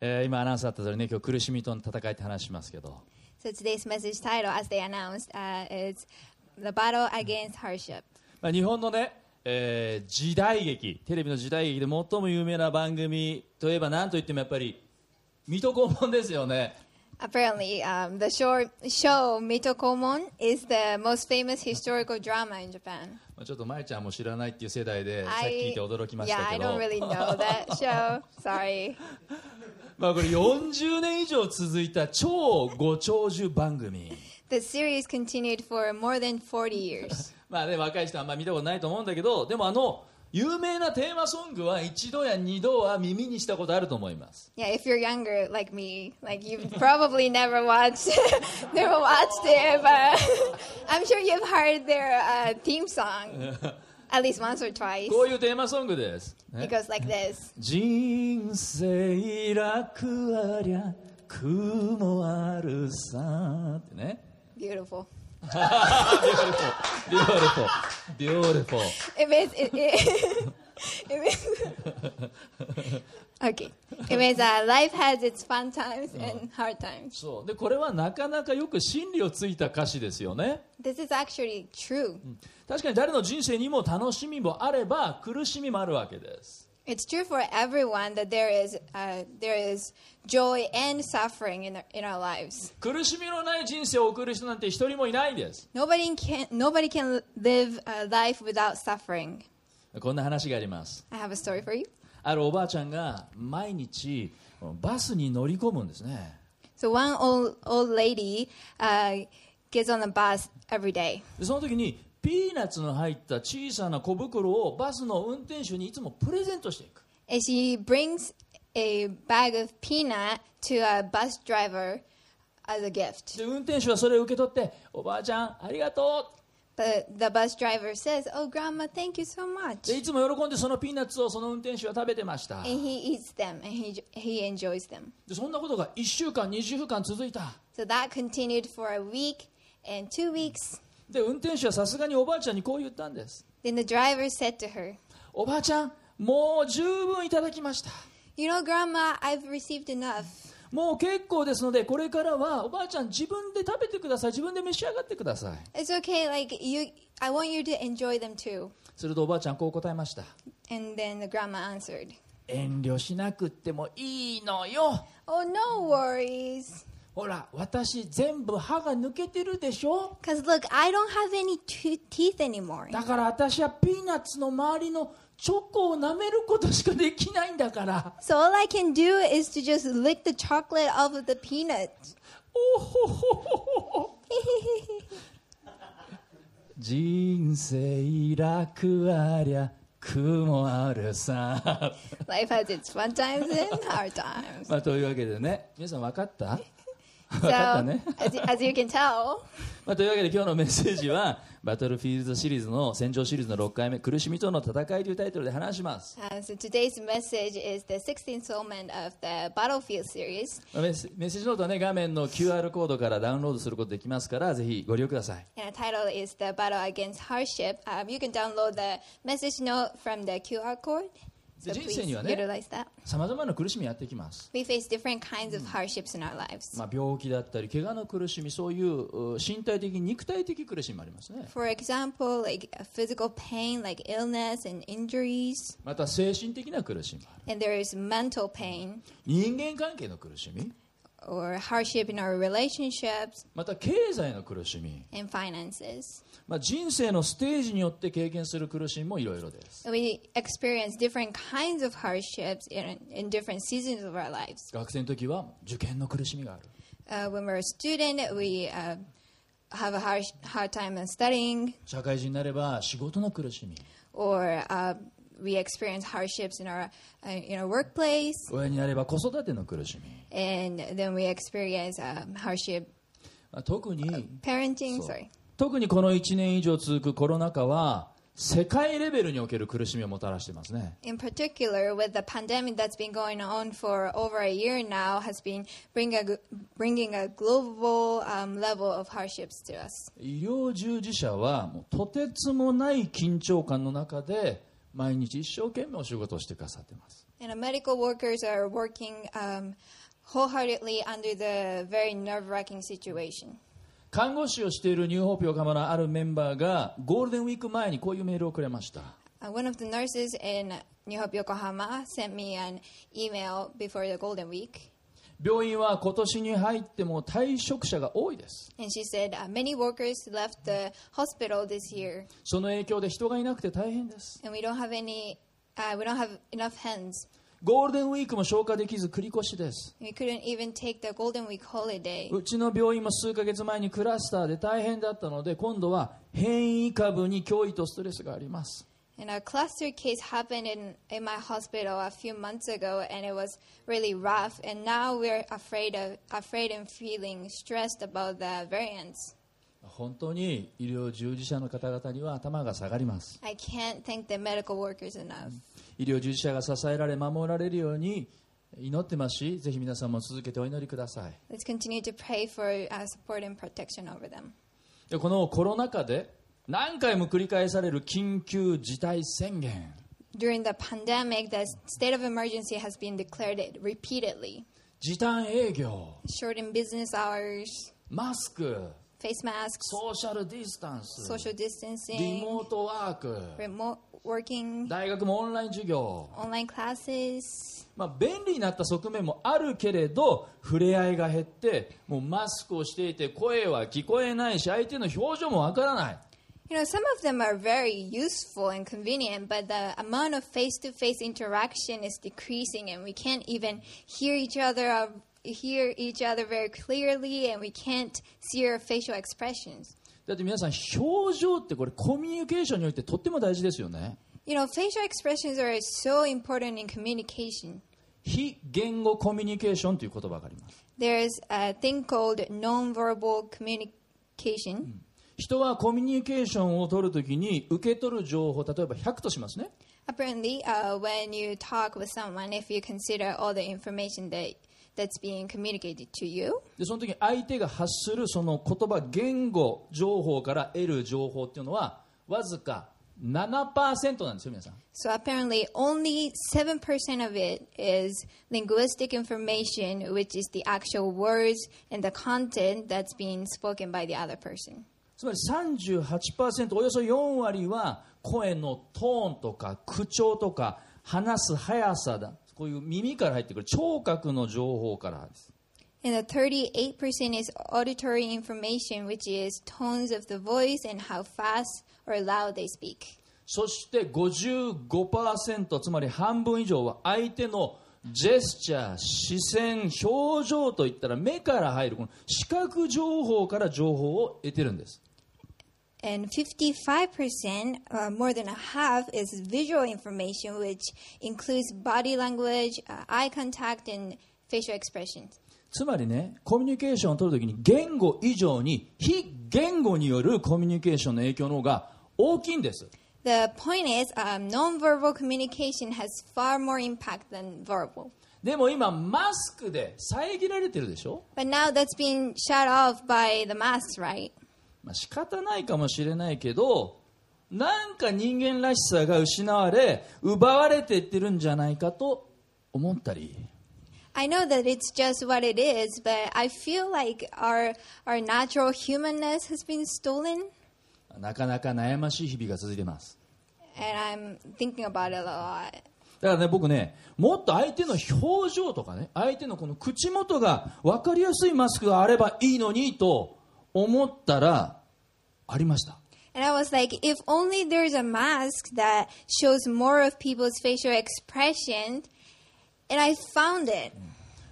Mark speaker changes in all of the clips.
Speaker 1: えー今アナウンスだった通りね今日苦しみとの戦いって話しますけど
Speaker 2: So today's message title, as they announced, uh, is The Battle Against Hardship.
Speaker 1: まあ、日本のね、えー時代劇テレビの時代劇で最も有名な番組といえば何といってもやっぱり水戸黄門ですよね
Speaker 2: Apparently, um, the show, show Mitokomon is the most famous historical drama in Japan.
Speaker 1: まあちょっと舞ちゃんも知らないっていう世代でさっき聞い
Speaker 2: I,
Speaker 1: て驚きまし
Speaker 2: yeah,
Speaker 1: た
Speaker 2: I
Speaker 1: け
Speaker 2: don't
Speaker 1: ど
Speaker 2: really know that show. Sorry.
Speaker 1: まあこれ40年以上続いた超ご長寿番組
Speaker 2: The series continued for more than 40 years.
Speaker 1: まあね若い人はあんま見たことないと思うんだけどでもあの有名なテーマソングは一度や二度は耳にしたことあると思います
Speaker 2: Yeah, if you're younger like me, like you've probably never watched, never watched it, but I'm sure you've heard their uh, theme song at least once or twice.
Speaker 1: こういうテーマソングです、ね
Speaker 2: It goes like this.
Speaker 1: 人生楽ありゃ苦もあるさってね
Speaker 2: Beautiful.
Speaker 1: ビューティフォービューティフォー
Speaker 2: It means it. it, it means, okay. It means uh, life has its fun times and hard times.
Speaker 1: そうでこれはなかなかよく真理をついた歌詞ですよね
Speaker 2: This is actually true.
Speaker 1: Hmm. 確かに誰の人生にも楽しみもあれば苦しみもあるわけです
Speaker 2: It's true for everyone that there is uh, there is joy and suffering in our, in our lives.
Speaker 1: 苦しみのない人生を送る人なんて一人もいないんです
Speaker 2: Nobody can nobody can live a life without suffering.
Speaker 1: こんな話があります
Speaker 2: I have a story for you.
Speaker 1: あるおばあちゃんが毎日バスに乗り込むんですね
Speaker 2: So one old old lady uh, gets on the bus every day.
Speaker 1: でその時にピーナッツの入った小さな小袋をバスの運転手にいつもプレゼントしていく
Speaker 2: And she brings a bag of peanut to a bus driver as a gift.
Speaker 1: で運転手はそれを受け取って「おばあちゃんありがと
Speaker 2: But the bus driver says, "Oh, grandma, thank you so
Speaker 1: う」
Speaker 2: much."
Speaker 1: でいつも喜んでそのピーナッツをその運転手は食べてました
Speaker 2: And he eats them and he he enjoys them.
Speaker 1: でそんなことが1週間2週間続いた
Speaker 2: So that continued for a week and two weeks.
Speaker 1: で運転手はさすがにおばあちゃんにこう言ったんです
Speaker 2: Then the driver said to her,
Speaker 1: おばあちゃんもう十分いただきました
Speaker 2: You know, Grandma, I've received enough.
Speaker 1: もう結構ですのでこれからはおばあちゃん自分で食べてください自分で召し上がってください
Speaker 2: It's okay, like you I want you to enjoy them too.
Speaker 1: するとおばあちゃんこう答えました
Speaker 2: And then the grandma answered,
Speaker 1: 遠慮しなくってもいいのよ
Speaker 2: Oh no worries.
Speaker 1: ほら私全部歯が抜けてるでしょ
Speaker 2: Cause look, I don't have any t- teeth anymore.
Speaker 1: だから私はピーナッツの周りのチョコを舐めることしかできないんだから
Speaker 2: So all I can do is to just lick the chocolate off of the peanut.
Speaker 1: おほほほほほ 人生楽ありゃ苦もあるさ
Speaker 2: Life has its fun times and hard times.
Speaker 1: まあというわけでね皆さん分かった分
Speaker 2: So
Speaker 1: かったね
Speaker 2: as, as you can tell,
Speaker 1: まあ、というわけで今日のメッセージは バトルフィールドシリーズの戦場シリーズの6回目「苦しみとの戦い」というタイトルで話します、
Speaker 2: uh, so today's message is the sixth installment of the Battlefield series.
Speaker 1: まあメッセメッセージノートはね画面の QR コードからダウンロードすることできますからぜひご利用ください
Speaker 2: And the title is The Battle Against Hardship. Um, you can download the message note from the QR code. So
Speaker 1: で人
Speaker 2: please
Speaker 1: 生にはね
Speaker 2: utilize that.
Speaker 1: さまざまな苦しみやってきます、
Speaker 2: We face different kinds of hardships in our lives.
Speaker 1: まあ、病気だったり怪我の苦しみそういうう身体的肉体的苦しみもありますね
Speaker 2: For example, like uh, physical pain, like illness and injuries.
Speaker 1: また精神的な苦しみもある
Speaker 2: And there is mental pain
Speaker 1: 人間関係の苦しみ
Speaker 2: or hardship in our relationships
Speaker 1: また経済の苦しみ、
Speaker 2: and finances.
Speaker 1: まあ、人生のステージによって経験する苦しみもいろいろです
Speaker 2: We experience different kinds of hardships in, in different seasons of our lives.
Speaker 1: 学生の時は受験の苦しみがある
Speaker 2: Uh, when we're a student, we uh, have a hard, hard time in studying,
Speaker 1: 社会人になれば仕事の苦しみ
Speaker 2: or uh, we experience hardships in our uh, in our workplace,
Speaker 1: 親になれば子育ての苦しみ
Speaker 2: and then we experience um, hardship
Speaker 1: まあ特に
Speaker 2: parenting.
Speaker 1: そう
Speaker 2: Sorry,
Speaker 1: 特にこの1年以上続くコロナ禍は世界レベルにおける苦しみをもたらしてますね
Speaker 2: in particular, with the pandemic that's been going on for over a year now, has been bringing a, gl- bringing a global um, level of hardships to us.
Speaker 1: 医療従事者はもうとてつもない緊張感の中で毎日一生懸命お仕事をしてくださってます
Speaker 2: And uh, medical workers are working um, wholeheartedly under the very nerve wracking situation.
Speaker 1: 看護師をしているニューホープ横浜のあるメンバーがゴールデンウィーク前にこういうメールをくれました
Speaker 2: Uh, one of the nurses in New Hope Yokohama sent me an email before the Golden Week.
Speaker 1: 病院は今年に入っても退職者が多いです
Speaker 2: And she said uh, many workers left the hospital this year,
Speaker 1: その影響で人がいなくて大変です
Speaker 2: and we don't have any, uh, we don't have enough hands.
Speaker 1: ゴールデンウィークも消化できず繰り越しです
Speaker 2: We couldn't even take the Golden Week holiday.
Speaker 1: うちの病院も数ヶ月前にクラスターで大変だったので今度は変異株に脅威とストレスがあります
Speaker 2: And a cluster case happened in, in my hospital a few months ago, and it was really rough. And now we're afraid of afraid and feeling stressed about the variants.
Speaker 1: 本当に医療従事者の方々には頭が下がります
Speaker 2: I can't thank the medical workers enough.
Speaker 1: 医療従事者が支えられ守られるように祈ってますしぜひ皆さんも続けてお祈りください
Speaker 2: Let's continue to pray for uh, support and protection over them.
Speaker 1: でこのコロナ禍で何回も繰り返される緊急事態宣言
Speaker 2: During the pandemic, the state of emergency has been declared repeatedly.
Speaker 1: 時短営業
Speaker 2: Shortened business hours,
Speaker 1: マスク
Speaker 2: face masks,
Speaker 1: ソーシャルディスタンス
Speaker 2: social
Speaker 1: リ
Speaker 2: distancing,
Speaker 1: モートワーク
Speaker 2: remote working,
Speaker 1: 大学もオンライン授業、
Speaker 2: online classes.
Speaker 1: まあ、便利になった側面もあるけれど触れ合いが減ってもうマスクをしていて声は聞こえないし相手の表情もわからない
Speaker 2: You know, some of them are very useful and convenient, but the amount of face to face interaction is decreasing, and we can't even hear each other or hear each other very clearly, and we can't see our facial expressions.
Speaker 1: だって皆さん表情ってこれコミュニケーションにおいてとっても大事ですよね
Speaker 2: You know, facial expressions are so important in communication.
Speaker 1: 非言語コミュニケーションという言葉があります
Speaker 2: There's a thing called nonverbal communication.
Speaker 1: 人はコミュニケーションを取るときに受け取る情報例えば100としますね
Speaker 2: Apparently, uh, when you talk with someone, if you consider all the information that that's being communicated to you,
Speaker 1: でその時に相手が発するその言葉言語情報から得る情報っていうのはわずか7%なんですよ皆さん
Speaker 2: So apparently, only 7% of it is linguistic information, which is the actual words and the content that's being spoken by the other person.
Speaker 1: つまり38%およそ4割は声のトーンとか口調とか話す速さだこういう耳から入ってくる聴覚の情報からです、
Speaker 2: And the 38% is auditory information, which is tones of the voice and how fast or loud they speak.
Speaker 1: そして55%つまり半分以上は相手のジェスチャー視線表情といったら目から入るこの視覚情報から情報を得てるんです
Speaker 2: And 55%, uh, more than a half, is visual information, which includes body language, uh, eye contact, and facial expressions.
Speaker 1: つまりねコミュニケーションを取るときに言語以上に非言語によるコミュニケーションの影響の方が大きいんです
Speaker 2: The point is, um, nonverbal communication has far more impact than verbal.
Speaker 1: でも今マスクで遮られてるでしょ、
Speaker 2: But now that's being shut off by the masks, right?
Speaker 1: まあ、仕方ないかもしれないけどなんか人間らしさが失われ奪われていってるんじゃないかと思ったり
Speaker 2: I know that it's just what it is, but I feel like our our natural humanness has been stolen,
Speaker 1: なかなか悩ましい日々が続いてます
Speaker 2: and I'm thinking about it a lot.
Speaker 1: だからね僕ねもっと相手の表情とかね相手のこの口元が分かりやすいマスクがあればいいのにと思ったらありました
Speaker 2: And I was like, if only there's a mask that shows more of people's facial expression, and I found it.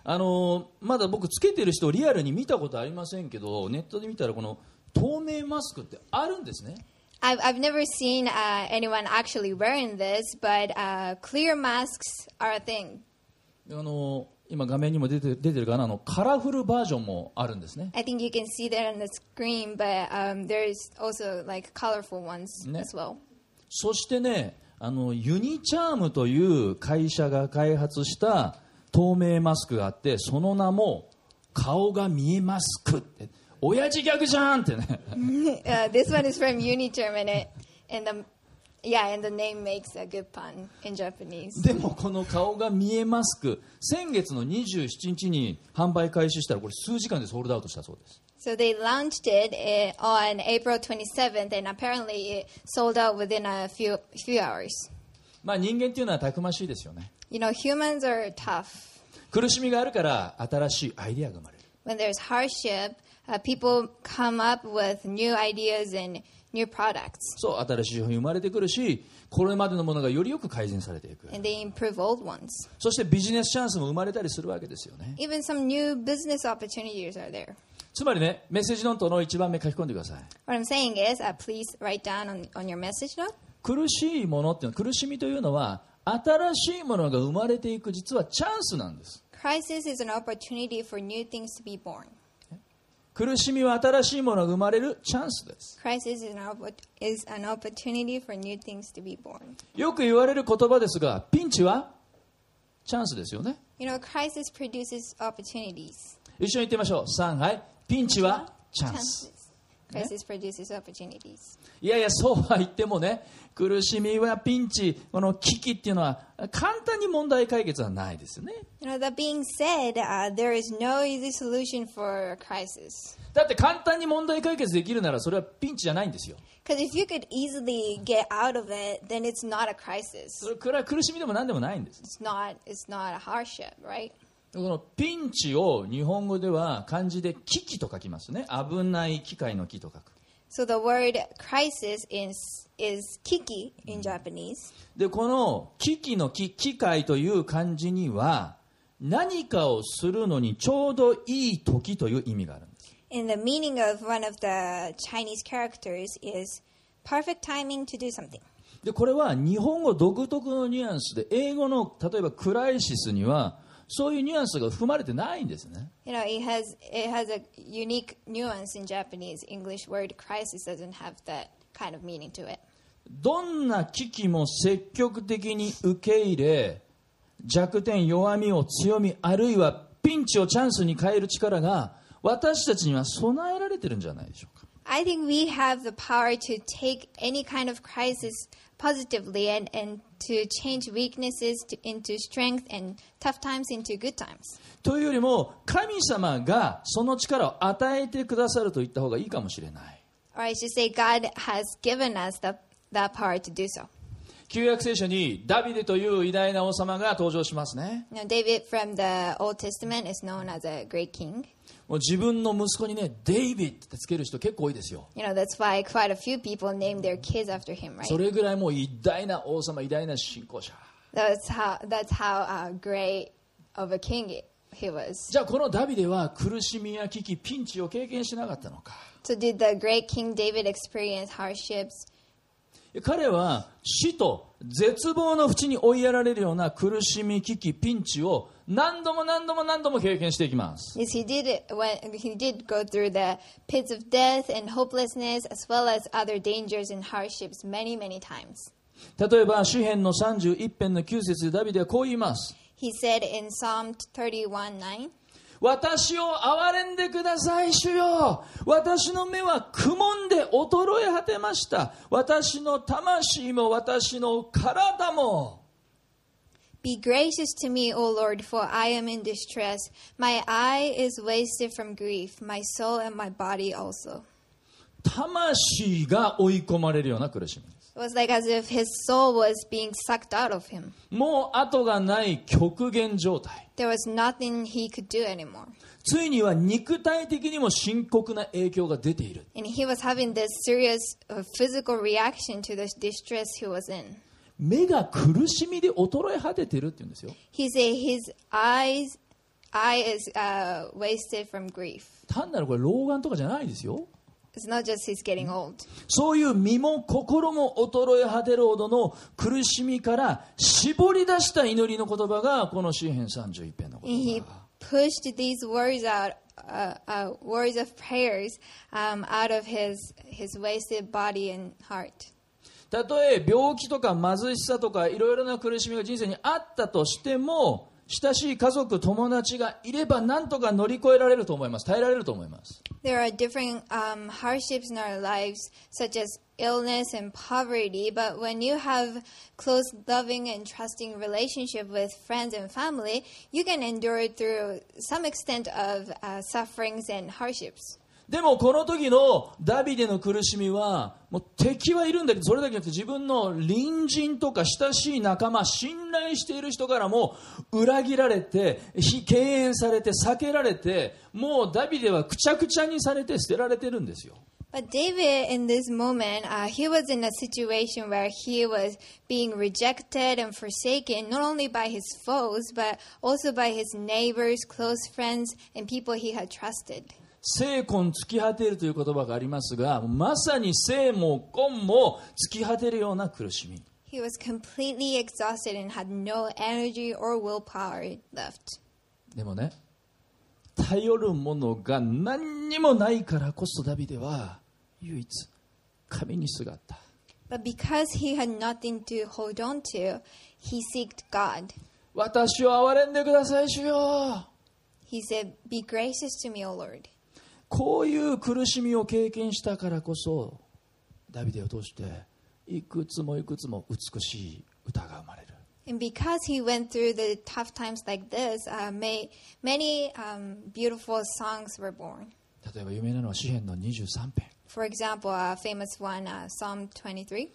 Speaker 1: あのーまだ僕つけてる人をリアルに見たことありませんけどネットで見たらこの透明マスクってあるんですね
Speaker 2: I've, I've never seen uh, anyone actually wearing this, but uh, clear masks are a thing.
Speaker 1: あのー今画面にも出て出てるかなあのカラフルバージョンもあるんですね
Speaker 2: I think you can see that on the screen, but um, there's also like colorful ones
Speaker 1: Ne-
Speaker 2: as well.
Speaker 1: そしてねあのユニチャームという会社が開発した透明マスクがあってその名も顔が見えマスクって親父ギャグじゃんってね
Speaker 2: uh, this one is from Unigerm, and it and the Yeah, and the name makes a good pun in Japanese.
Speaker 1: でもこの顔が見えますく先月の27日に販売開始したらこれ数時間でソールドアウトしたそうです
Speaker 2: So they launched it eh, on April 27th, and apparently it sold out within a few few hours.
Speaker 1: まあ人間っていうのはたくましいですよね
Speaker 2: You know, humans are tough.
Speaker 1: 苦しみがあるから新しいアイデアが生まれる
Speaker 2: When there's hardship, uh, people come up with new ideas and new products,
Speaker 1: そう新しい商品生まれてくるしこれまでのものがよりよく改善されていく
Speaker 2: and they improve old ones.
Speaker 1: そしてビジネスチャンスも生まれたりするわけですよね
Speaker 2: Even some new business opportunities are there.
Speaker 1: つまりねメッセージノートの1番目書き込んでください
Speaker 2: What I'm saying is, uh, please write down on, on your message note.
Speaker 1: 苦しいものっていうのは苦しみというのは新しいものが生まれていく実はチャンスなんです
Speaker 2: Crisis is an opportunity for new things to be born.
Speaker 1: 苦しみは新しいものが生まれるチャンスです
Speaker 2: Crisis is an, oppo- is an opportunity for new things to be born.
Speaker 1: よく言われる言葉ですがピンチはチャンスですよね
Speaker 2: You know, crisis produces opportunities.
Speaker 1: 一緒に言ってみましょう3はいピンチはチャンス
Speaker 2: Chances. Crisis produces opportunities.
Speaker 1: いやいやそうは言ってもね苦しみはピンチこの危機っていうのは簡単に問題解決はないですよね
Speaker 2: You know, that being said, uh, there is no easy solution for a crisis.
Speaker 1: だって簡単に問題解決できるならそれはピンチじゃないんですよ
Speaker 2: Because if you could easily get out of it, then it's not a crisis.
Speaker 1: それくらい苦しみでも何でもないんです
Speaker 2: It's not. It's not a hardship, right?
Speaker 1: このピンチを日本語では漢字で危機と書きますね危ない機械の木と書く
Speaker 2: So the word crisis is is kiki in Japanese,
Speaker 1: でこの危機の木機械という漢字には何かをするのにちょうどいい時という意味があるんです
Speaker 2: and the meaning of one of the Chinese characters is perfect timing to do something.
Speaker 1: でこれは日本語独特のニュアンスで英語の例えばクライシスにはそういうニュアンスが含まれてないんですね
Speaker 2: You know, it has it has a unique nuance in Japanese. English word crisis doesn't have that kind of meaning to it.
Speaker 1: どんな危機も積極的に受け入れ弱点弱みを強みあるいはピンチをチャンスに変える力が私たちには備えられてるんじゃないでしょうか
Speaker 2: I think we have the power to take any kind of crisis positively and, and to change weaknesses to, into strength and tough times into good times.
Speaker 1: というよりも神様がその力を与えてくださると言った方がいいかもしれない
Speaker 2: Or I should say, God has given us the, that power to do so.
Speaker 1: 旧約聖書にダビデという偉大な王様が登場しますね
Speaker 2: Now, David from the Old Testament is known as a great king.
Speaker 1: もう自分の息子にねデイビッドってつける人結構多いですよ
Speaker 2: You know, that's why quite a few people name their kids after him,
Speaker 1: そ
Speaker 2: right?
Speaker 1: れぐらいもう偉大な王様偉大な信仰者
Speaker 2: That's how, that's how uh, great of a king he was.
Speaker 1: じゃあこのダビデは苦しみや危機ピンチを経験しなかったのか
Speaker 2: So, did the great King David experience hardships
Speaker 1: 彼は死と絶望の淵に追いやられるような苦しみ危機ピンチを何度も何度も何度も経験していきます
Speaker 2: Yes, he did it when he did go through the pits of death and hopelessness, as well as other dangers and hardships, many, many times.
Speaker 1: 例えば詩篇の31編の9節でダビデはこう言います
Speaker 2: He said in Psalm 31 9,
Speaker 1: 私を憐れんでください主よ私の目はくもんで衰え果てました私の魂も私の体も
Speaker 2: Be gracious to me, O Lord, for I am in distress. My eye is wasted from grief, my soul and my body also.
Speaker 1: 魂が追い込まれるような苦しみです
Speaker 2: It was like as if his soul was being sucked out of him.
Speaker 1: もう後がない極限状態
Speaker 2: There was nothing he could do anymore.
Speaker 1: ついには肉体的にも深刻な影響が出ている
Speaker 2: And he was having this serious uh, physical reaction to the distress he was in.
Speaker 1: 目が苦しみで衰え果ててるって言うんですよ
Speaker 2: He said his eyes eye is uh, wasted from grief.
Speaker 1: 単なるこれ老眼とかじゃないですよ
Speaker 2: It's not just he's getting old.
Speaker 1: そういう身も心も衰え果てるほどの苦しみから絞り出した祈りの言葉がこの詩篇31編の
Speaker 2: And
Speaker 1: 言
Speaker 2: he
Speaker 1: 葉
Speaker 2: pushed these words out, uh, uh, words of prayers, um, out of his his wasted body and heart.
Speaker 1: たとえ病気とか貧しさとかいろいろな苦しみが人生にあったとしても親しい家族、友達がいれば何とか乗り越えられると思います。耐えられると思います。
Speaker 2: There are different um, hardships in our lives, such as illness and poverty, but when you have close, loving, and trusting relationship with friends and family, you can endure through some extent of uh, sufferings and hardships.
Speaker 1: でもこの時のダビデの苦しみはもう敵はいるんだけどそれだけじゃなくて自分の隣人とか親しい仲間信頼している人からも裏切られて非敬遠されて避けられてもうダビデはくちゃくちゃにされて捨てられてるんですよ
Speaker 2: But David, in this moment, uh, he was in a situation where he was being rejected and forsaken, not only by his foes, but also by his neighbors, close friends, and people he had trusted.
Speaker 1: 聖婚突き果てるという言葉がありますがまさに聖も婚も突き果てるような苦しみ
Speaker 2: He was completely exhausted and had no energy or willpower left.
Speaker 1: でもね頼るものが何にもないからこそダビデは唯一神にすがった
Speaker 2: But because he had nothing to hold on to, he sought God.
Speaker 1: 私を憐れんでください主よ
Speaker 2: He said, Be gracious to me, O Lord.
Speaker 1: こういう苦しみを経験したからこそダビデを通していくつもいくつも美しい歌が生まれる
Speaker 2: And because he went through the tough times like this, uh, may, many um, beautiful songs were born.
Speaker 1: 例えば有名なのは詩篇の23編
Speaker 2: For example, a famous one, uh, Psalm 23,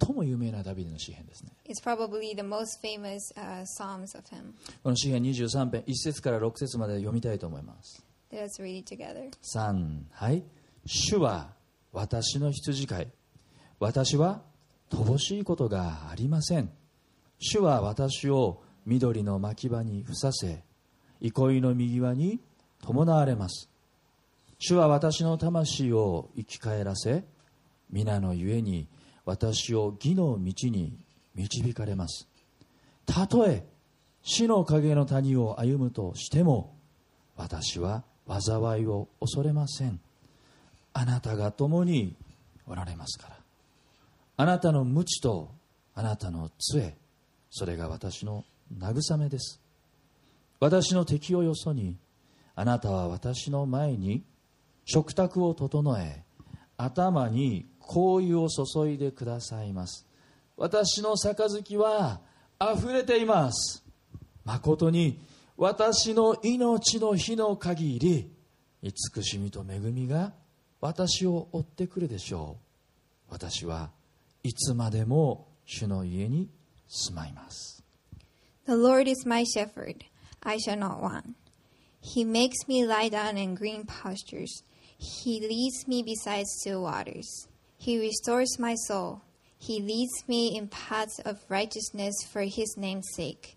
Speaker 1: 最も有名なダビデの詩篇ですね
Speaker 2: is probably the most famous uh, psalms of him.
Speaker 1: この詩篇23編1節から6節まで読みたいと思います
Speaker 2: Let us read it together.
Speaker 1: 3はい主は私の羊飼い私は乏しいことがありません主は私を緑の牧場にふさせ憩いの右輪に伴われます主は私の魂を生き返らせ皆のゆえに私を義の道に導かれますたとえ死の影の谷を歩むとしても私は災いを恐れませんあなたが共におられますからあなたの無知とあなたの杖それが私の慰めです私の敵をよそにあなたは私の前に食卓を整え頭に香油を注いでくださいます私の杯は溢れています誠に私の命の日の限り慈しみと恵みが私を追ってくるでしょう私はいつまでも主の家に住まいます
Speaker 2: The Lord is my shepherd, I shall not want. He makes me lie down in green pastures. He leads me beside still waters. He restores my soul. He leads me in paths of righteousness for his name's sake.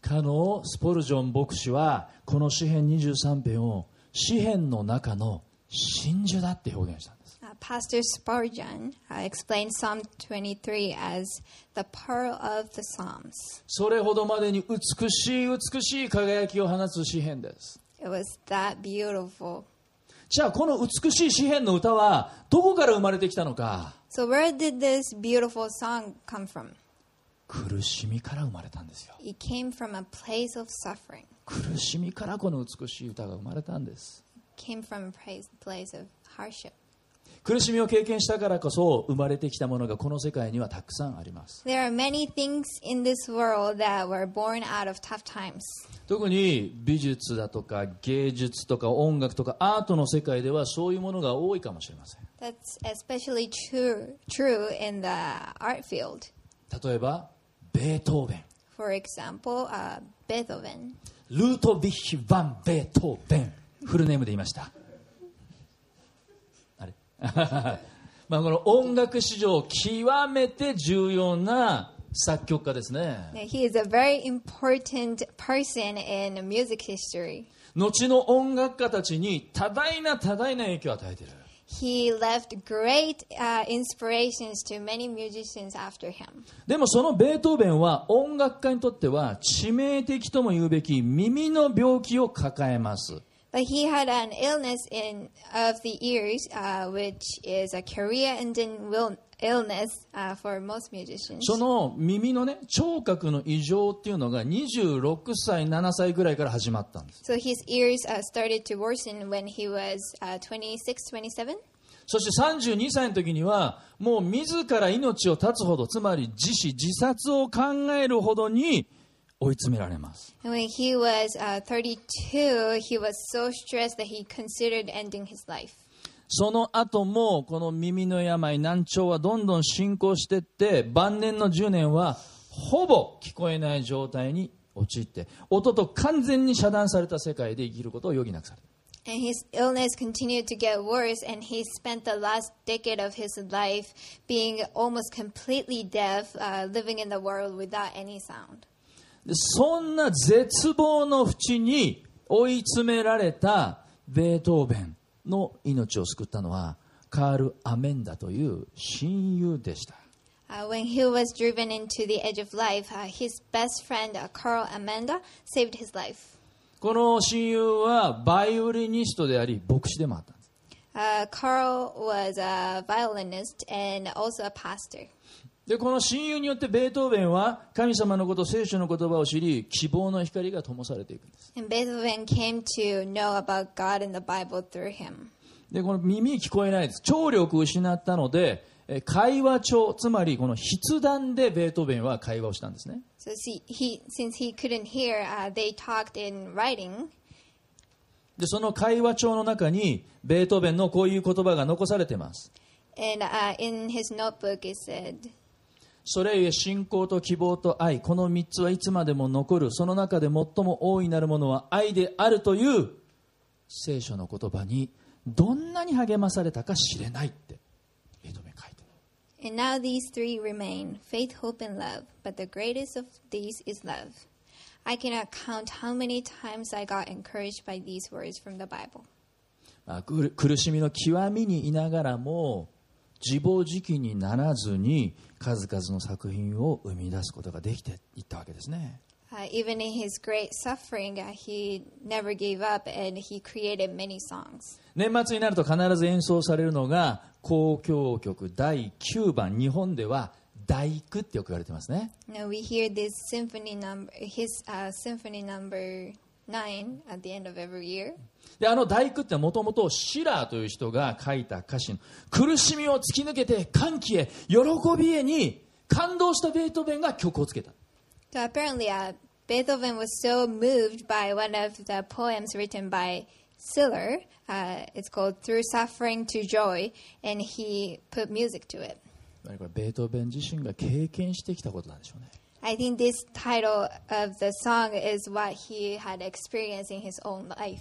Speaker 1: かのスポルジョン牧師はこの詩篇23編を詩篇の中の真珠だって表現したんです
Speaker 2: Uh, Pastor Spurgeon uh, explained Psalm 23 as the pearl of the Psalms.
Speaker 1: それほどまでに美しい美しい輝きを放つ詩篇です
Speaker 2: It was that beautiful.
Speaker 1: じゃあこの美しい詩篇の歌はどこから生まれてきたのか
Speaker 2: So, where did this beautiful song come from?
Speaker 1: 苦しみから生まれたんですよ
Speaker 2: It came from a place of suffering,
Speaker 1: 苦しみからこの美しい歌が生まれたんです
Speaker 2: came from a place- place of hardship.
Speaker 1: 苦しみを経験したからこそ生まれてきたものがこの世界にはたくさんあります
Speaker 2: There are many things in this world that were born out of tough times.
Speaker 1: 特に美術だとか芸術とか音楽とかアートの世界ではそういうものが多いかもしれません
Speaker 2: That's especially true true in the art field.
Speaker 1: 例えばベートーベン
Speaker 2: For example, uh, Beethoven,
Speaker 1: ルートビッヒ・バン・ベートーベンフルネームで言いましたあれ まあこの音楽史上極めて重要な作曲家ですね
Speaker 2: Now, He is a very important person in music history.
Speaker 1: 後の音楽家たちに多大な多大な影響を与えている
Speaker 2: He left great uh, inspirations to many musicians after him.
Speaker 1: でもそのベートーベンは音楽家にとっては致命的とも言うべき耳の病気を抱えます
Speaker 2: But he had an illness in of the ears, uh, which is a career-ending will, illness uh, for most musicians.
Speaker 1: その耳のね聴覚の異常っていうのが26歳7歳ぐらいから始まったんです
Speaker 2: So his ears uh, started to worsen when he was uh, 26, 27.
Speaker 1: そして32歳の時にはもう自ら命を絶つほどつまり自死自殺を考えるほどに追い詰められます
Speaker 2: And when he was uh, 32, he was so stressed that he considered ending his life.
Speaker 1: その後もこの耳の病難聴はどんどん進行していって晩年の10年はほぼ聞こえない状態に陥って音と完全に遮断された世界で生きることを余儀なくされた
Speaker 2: And his illness continued to get worse, and he spent the last decade of his life being almost completely deaf, uh, living in the world without any sound.
Speaker 1: でそんな絶望の淵に追い詰められたベートーベンの命を救ったのはカール・アメンダという親友でした
Speaker 2: Uh, when he was driven into the edge of life, uh, his best friend, uh, Carl Amanda, saved his life.
Speaker 1: この親友はバイオリニストであり牧師でもあったんです
Speaker 2: Uh, Carl was a violinist and also a pastor.
Speaker 1: でこの親友によってベートーベンは神様のこと聖書の言葉を知り希望の光が灯されていくんです
Speaker 2: And Beethoven came to know about God and the Bible through him.
Speaker 1: でこの耳聞こえないです聴力を失ったのでえ会話帳つまりこの筆談でベートーベンは会話をしたんですね
Speaker 2: So see, he, since he couldn't hear, uh, they talked in writing.
Speaker 1: でその会話帳の中にベートーベンのこういう言葉が残されてます
Speaker 2: And uh, in his notebook, it said,
Speaker 1: それゆえ信仰と希望と愛この3つはいつまでも残るその中で最も大いなるものは愛であるという聖書の言葉にどんなに励まされたか知れないってベートーベン書いてる
Speaker 2: And now these three remain faith, hope, and love, but the greatest of these is love. I cannot count how many times I got encouraged by these words from the Bible.
Speaker 1: まあ、苦苦しみの極みにいながらも自暴自棄にならずに数々の作品を生み出すことができていったわけですね
Speaker 2: Uh, even in his great suffering, uh, he never gave up and he created many songs.
Speaker 1: 年末になると必ず演奏されるのが交響曲第9番日本では「第九」ってよく言われてますね
Speaker 2: Now we hear this symphony number, his uh, symphony number nine at the end of every year.
Speaker 1: であの「第九」ってもともとシラーという人が書いた歌詞の苦しみを突き抜けて歓喜へ喜びへに感動したベートーベンが曲をつけた
Speaker 2: So apparently, uh, Beethoven was so moved by one of the poems written by Schiller. Uh, it's called "Through Suffering to Joy," and he put music to it.
Speaker 1: これベートーベン自身が経験してきたことなんでしょうね
Speaker 2: I think this title of the song is what he had experienced in his own life.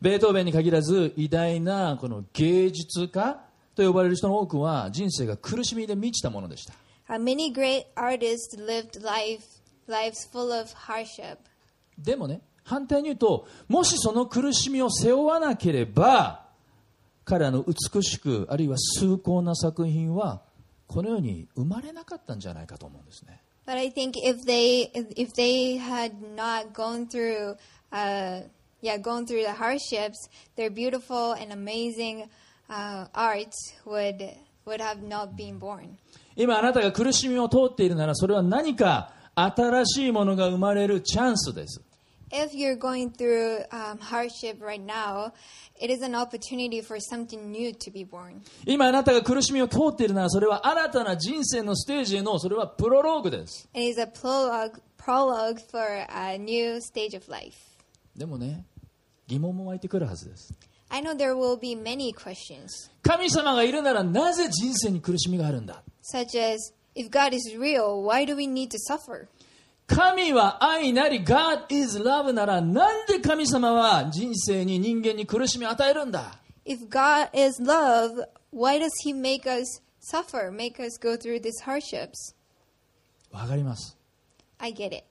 Speaker 1: ベートーベンに限らず偉大なこの芸術家と呼ばれる人の多くは人生が苦しみで満ちたものでした
Speaker 2: Uh, many great artists lived life lives full of hardship.
Speaker 1: でもね反対に言うともしその苦しみを背負わなければ彼らの美しくあるいは崇高な作品はこの世に生まれなかったんじゃないかと思うんですね
Speaker 2: But I think if they if they had not gone through, uh, yeah, gone through the hardships, their beautiful and amazing uh, art would would have not been born.
Speaker 1: 今あなたが苦しみを通っているならそれは何か新しいものが生まれるチャンスです
Speaker 2: If you're going through um, hardship right now, it is an opportunity for something new to be born.
Speaker 1: 今あなたが苦しみを通っているならそれは新たな人生のステージへのそれはプロローグです
Speaker 2: It is a prologue prologue for a new stage of life.
Speaker 1: でもね疑問も湧いてくるはずです
Speaker 2: I know there will be many questions,
Speaker 1: 神様がいるならなぜ人生に苦しみがあるんだ
Speaker 2: such as if God is real, why do we need to suffer?
Speaker 1: 神は愛なり God is love ならなんで神様は人生に人間に苦しみを与えるんだ
Speaker 2: If God is love, why does He make us suffer, make us go through these hardships?
Speaker 1: わかります
Speaker 2: I get it.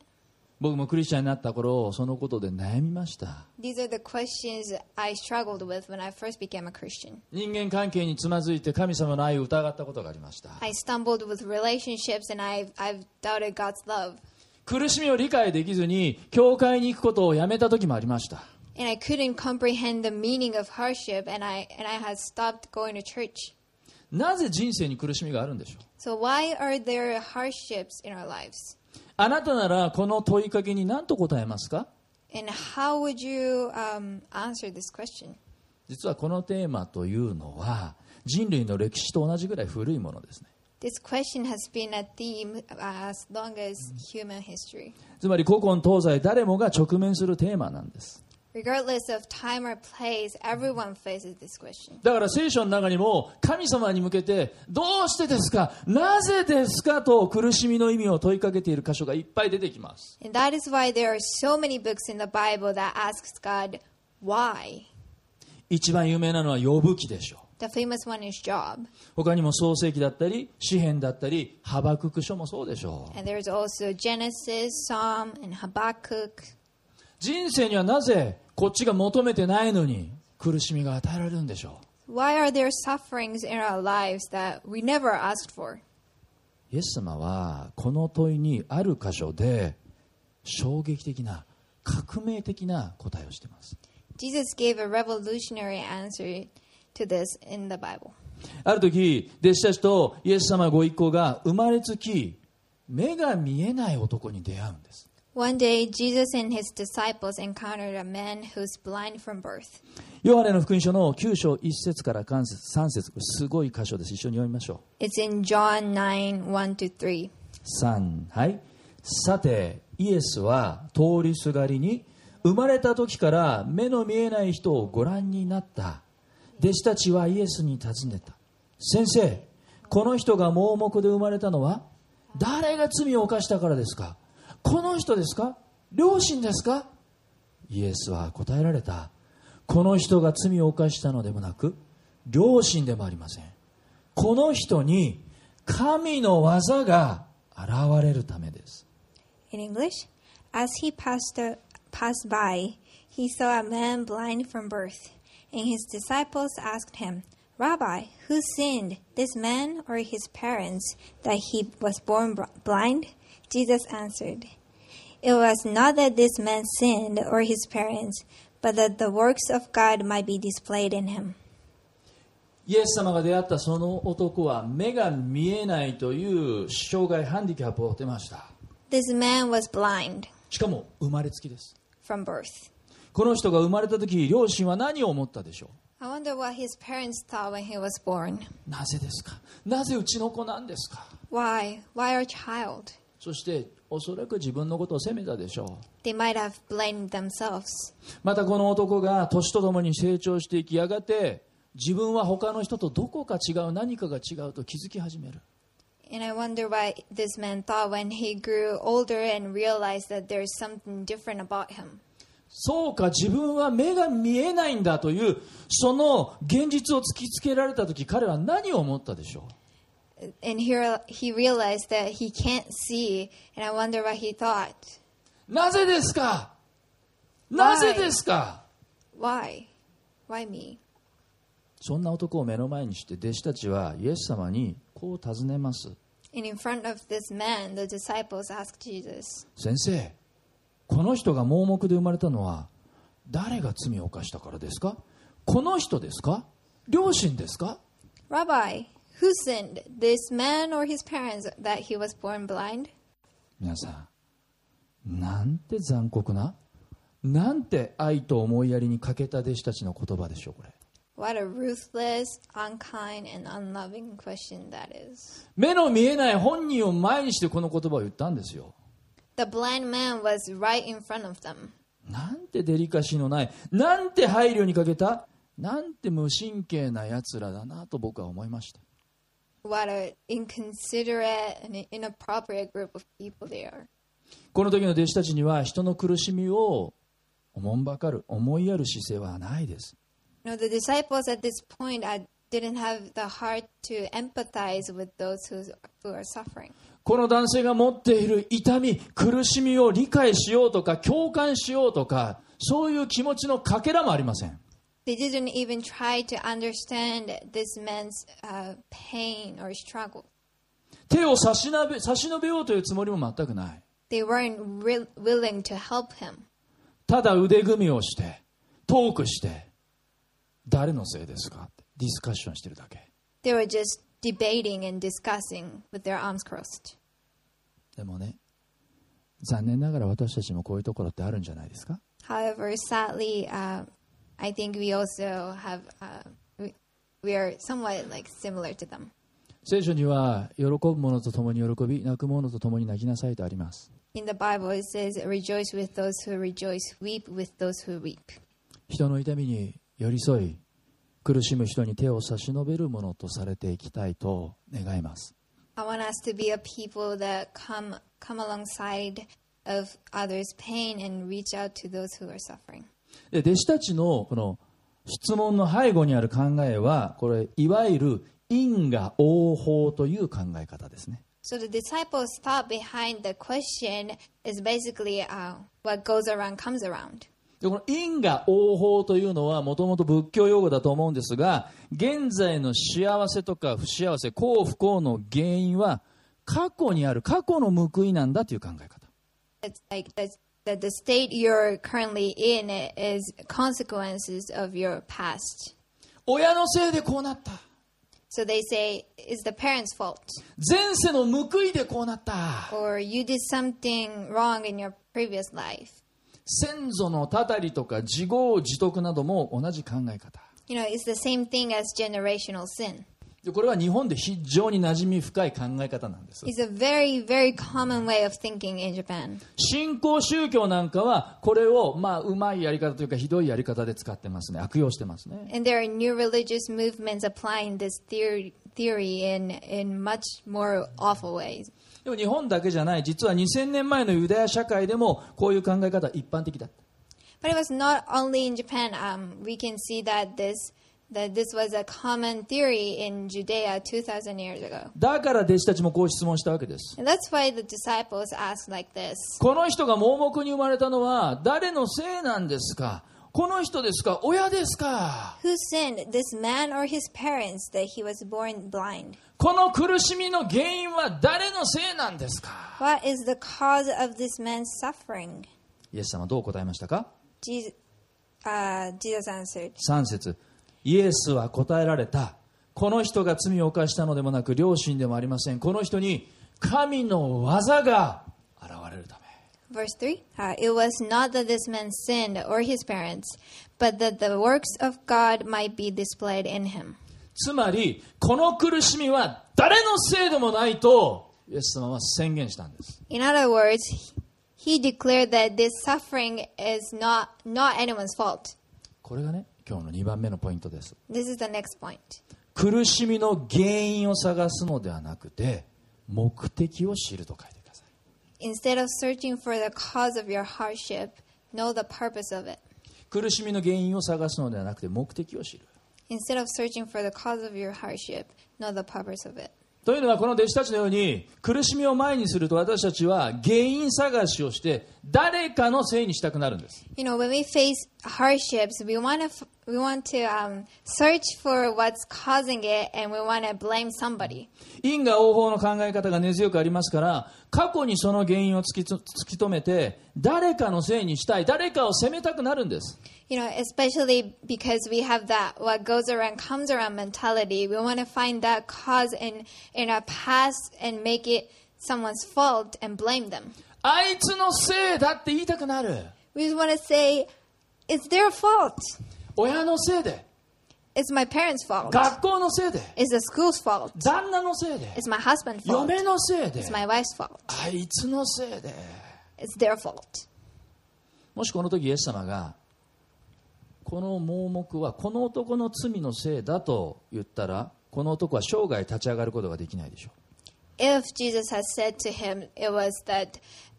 Speaker 1: 僕もクリスチャンになった頃そのことで悩みました
Speaker 2: These are the questions I struggled with when I first became a Christian.
Speaker 1: 人間関係につまずいて神様の愛を疑ったことがありました
Speaker 2: I stumbled with relationships and I've, I've doubted God's love.
Speaker 1: 苦しみを理解できずに教会に行くことをやめた時もありました
Speaker 2: And I couldn't comprehend the meaning of hardship and I, and I had stopped going to church.
Speaker 1: なぜ人生に苦しみがあるんでしょう
Speaker 2: So, why are there hardships in our lives?
Speaker 1: あなたならこの問いかけに何と答えますか
Speaker 2: And how would you um, answer this question?
Speaker 1: 実はこのテーマというのは人類の歴史と同じぐらい古いものですね
Speaker 2: This question has been a theme uh, as long as human history.
Speaker 1: つまり古今東西誰もが直面するテーマなんです
Speaker 2: Regardless of time or place, everyone faces this question.
Speaker 1: だから聖書の中にも神様に向けてどうしてですかなぜですかと苦しみの意味を問いかけている箇所がいっぱい出てきます
Speaker 2: And that is why there are so many books in the Bible that asks God, why?
Speaker 1: 一番有名なのは呼ぶ記でしょう
Speaker 2: The famous one is Job.
Speaker 1: 他にも創世記だったり詩篇だったりハバクク書もそうでしょう
Speaker 2: And there's also Genesis, Psalm, and Habakkuk.
Speaker 1: 人生にはなぜこっちが求めてないのに苦しみが与えられるんでしょ
Speaker 2: Why are there sufferings in our lives that we never asked for?
Speaker 1: うイエス様はこの問いにある箇所で衝撃的な革命的な答えをしています
Speaker 2: Jesus gave a revolutionary answer to this in the Bible.
Speaker 1: ある時弟子たちとイエス様ご一行が生まれつき目が見えない男に出会うんです
Speaker 2: One day, Jesus and his disciples encountered a man who's blind from birth.
Speaker 1: ヨハネの福音書の9章1節から3節これすごい箇所です一緒に読みましょう
Speaker 2: It's in John 9 1 to 3.
Speaker 1: 3はいさてイエスは通りすがりに生まれた時から目の見えない人をご覧になった弟子たちはイエスに尋ねた先生この人が盲目で生まれたのは誰が罪を犯したからですかこの人ですか両親ですかイエスは答えられたこの人が罪を犯したのでもなく両親でもありませんこの人に神の技が現れるためです
Speaker 2: In English, as he passed, uh, passed by, he saw a man blind from birth, and his disciples asked him, Rabbi, who sinned, this man or his parents, that he was born br- blind? Jesus answered, It was not that this man sinned or his parents, but that the works of God might be displayed in him.
Speaker 1: イエス様が出会ったその男は目が見えないという障害ハンディキャップを負ってました
Speaker 2: This man was blind
Speaker 1: しかも生まれつきです
Speaker 2: from birth.
Speaker 1: この人が生まれた時両親は何を思ったでしょ
Speaker 2: I wonder what his parents thought when he was born.
Speaker 1: うなぜですかなぜうちの子なんですか
Speaker 2: Why? Why our child?
Speaker 1: そしておそらく自分のことを責めたでしょう
Speaker 2: They might have blamed themselves.
Speaker 1: またこの男が年とともに成長していきやがて自分は他の人とどこか違う何かが違うと気づき始める
Speaker 2: And I wonder what this man thought when he grew older and realized that there's something different about him.
Speaker 1: そうか自分は目が見えないんだというその現実を突きつけられた時彼は何を思ったでしょ
Speaker 2: And here he realized that he can't see, and I wonder what he thought.
Speaker 1: うなぜですかなぜですか
Speaker 2: Why? Why me?
Speaker 1: そんな男を目の前にして弟子たちはイエス様にこう尋ねます
Speaker 2: And in front of this man, the disciples asked Jesus,
Speaker 1: 先生この人が盲目で生まれたのは誰が罪を犯したからですかこの人ですか両親ですか
Speaker 2: Rabbi, who sinned, this man or his parents, that he was born blind?
Speaker 1: 皆さんなんて残酷ななんて愛と思いやりに欠けた弟子たちの言葉でしょうこれ
Speaker 2: What a ruthless, unkind, and unloving question that is.
Speaker 1: 目の見えない本人を前にしてこの言葉を言ったんですよ
Speaker 2: The blind man was right in front of them.
Speaker 1: なんてデリカシーのないなんて配慮に欠けたなんて無神経なやつらだなと僕は思いました
Speaker 2: What an inconsiderate and inappropriate group of people they are.
Speaker 1: この時の弟子たちには人の苦しみをおもんばかる思いやる姿勢はないです
Speaker 2: You know, the disciples at this uh, point I didn't have the heart to empathize with those who, who are suffering.
Speaker 1: この男性が持っている痛み、苦しみを理解しようとか、共感しようとか、そういう気持ちのかけらもありません。
Speaker 2: They didn't even try to understand this man's uh, pain or struggle.
Speaker 1: 手を差し伸べ差し伸べようというつもりも全くない。
Speaker 2: They weren't re- willing to help him.
Speaker 1: ただ腕組みをして、トークして、誰のせいですかってディスカッションしてるだけ。
Speaker 2: They were just debating and discussing with their arms crossed.
Speaker 1: でもね、残念ながら私たちもこういうところってあるんじゃないですか
Speaker 2: However, sadly, uh, I think we also have, uh, we, we are somewhat like similar to them.
Speaker 1: 聖書には、喜ぶ者と共に喜び、泣く者と共に泣きなさいとあります。
Speaker 2: In the Bible, it says, Rejoice with those who rejoice, weep with those who weep.
Speaker 1: 人の痛みに寄り添い、苦しむ人に手を差し伸べるものとされていきたいと願います。
Speaker 2: I want us to be a people that come, come alongside of others' pain and reach out to those who are suffering.
Speaker 1: で弟子たちのこの質問の背後にある考えはこれいわゆる因果応報という考え方ですね
Speaker 2: So the disciples' thought behind the question is basically uh, what goes around comes around.
Speaker 1: でこの因果応報というのはもともと仏教用語だと思うんですが現在の幸せとか不幸せ幸不幸の原因は過去にある過去の報いなんだという考え方
Speaker 2: It's like that's, that the state you're currently in is consequences of your past.
Speaker 1: 親のせいでこうなった
Speaker 2: So they say it's the parents' fault,
Speaker 1: 前世の報いでこうなった
Speaker 2: or you did something wrong in your previous life.
Speaker 1: 先祖のたたりとか自業自得なども同じ考え方
Speaker 2: You know, it's the same thing as generational sin.
Speaker 1: でこれは日本で非常に馴染み深い考え方なんです。
Speaker 2: It's a very, very common way of thinking in Japan.
Speaker 1: 信仰宗教なんかはこれをまあうまいやり方というかひどいやり方で使ってますね悪用してますね
Speaker 2: And there are new religious movements applying this theory, theory in, in much more awful ways.
Speaker 1: でも日本だけじゃない実は2000年前のユダヤ社会でもこういう考え方は一般的だ
Speaker 2: But it was not only in Japan. Um, we can see that this, that this was a common theory in Judea 2,000 years ago.
Speaker 1: だから弟子たちもこう質問したわけです
Speaker 2: And that's why the disciples asked like this
Speaker 1: この人が盲目に生まれたのは誰のせいなんですかこの人ですか親ですか
Speaker 2: Who sinned, this man or his parents, that he was born blind?
Speaker 1: この苦しみの原因は誰のせいなんですか
Speaker 2: What is the cause of this man's suffering?
Speaker 1: イエス様どう答えましたか
Speaker 2: Jesus, uh, Jesus answered,
Speaker 1: 3節イエスは答えられたこの人が罪を犯したのでもなく良心でもありませんこの人に神の技が現れるため
Speaker 2: Verse 3 uh, It was not that this man sinned or his parents, but that the works of God might be displayed in him.
Speaker 1: つまりこの苦しみは誰のせいでもないとイエス様は宣言したんです
Speaker 2: In other words, he declared that this suffering is not, not anyone's fault.
Speaker 1: これがね今日の2番目のポイントです
Speaker 2: This is the next point.
Speaker 1: 苦しみの原因を探すのではなくて目的を知ると書いてください
Speaker 2: Instead of searching for the cause of your hardship, know the purpose of it.
Speaker 1: 苦しみの原因を探すのではなくて目的を知る
Speaker 2: Instead of searching for the cause of your hardship, know the purpose of it.
Speaker 1: というのはこの弟子たちのように苦しみを前にすると私たちは原因探しをして誰かのせいにしたくなるんです
Speaker 2: You know, when we face hardships, we want to f- we want to um, search for what's causing it, and we want to blame somebody.
Speaker 1: 因果応報の考え方が根強くありますから過去にその原因を突きつ突き止めて誰かのせいにしたい誰かを責めたくなるんです
Speaker 2: You know, especially because we have that what goes around comes around mentality. We want to find that cause in in our past and make it someone's fault and blame them.
Speaker 1: あいつのせいだって言いたくなる
Speaker 2: We just want to say it's their fault.
Speaker 1: 親のせいで
Speaker 2: It's my parents' fault.
Speaker 1: 学校のせいで
Speaker 2: It's the school's fault.
Speaker 1: 旦那のせいで
Speaker 2: It's my husband's fault.
Speaker 1: 嫁のせいで
Speaker 2: It's my wife's fault.
Speaker 1: あいつのせいで
Speaker 2: It's their fault.
Speaker 1: もしこの時イエス様がこの盲目はこの男の罪のせいだと言ったらこの男は生涯立ち上がることができないでしょう
Speaker 2: if Jesus had said to him it was that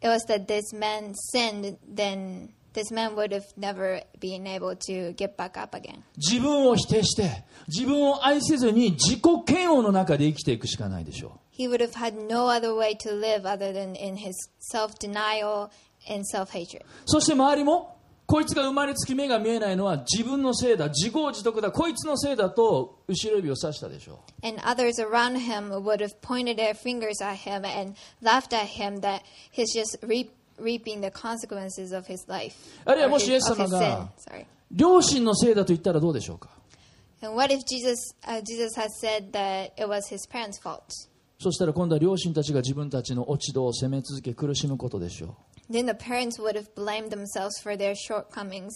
Speaker 2: it was that this man sinned, then this man would have never been able to get back up again.
Speaker 1: 自分を否定して自分を愛せずに自己嫌悪の中で生きていくしかないでしょ
Speaker 2: He would have had no other way to live other than in his self denial and self hatred.
Speaker 1: うそして周りもこいつが生まれつき目が見えないのは自分のせいだ自業自得だこいつのせいだと後ろ指を指したでしょ
Speaker 2: And others around him would have pointed their fingers at him and laughed at him that he's just reap, reaping the consequences of his life.
Speaker 1: あるいは
Speaker 2: or
Speaker 1: もし
Speaker 2: his-
Speaker 1: イエス様が-
Speaker 2: of his sin. Sorry.
Speaker 1: う両親のせいだと言ったらどうでしょうか
Speaker 2: And what if Jesus, uh, Jesus had said that it was his parents' fault?
Speaker 1: そしたら今度は両親たちが自分たちの落ち度を責め続け苦しむことでしょ
Speaker 2: Then the parents would have blamed themselves for their shortcomings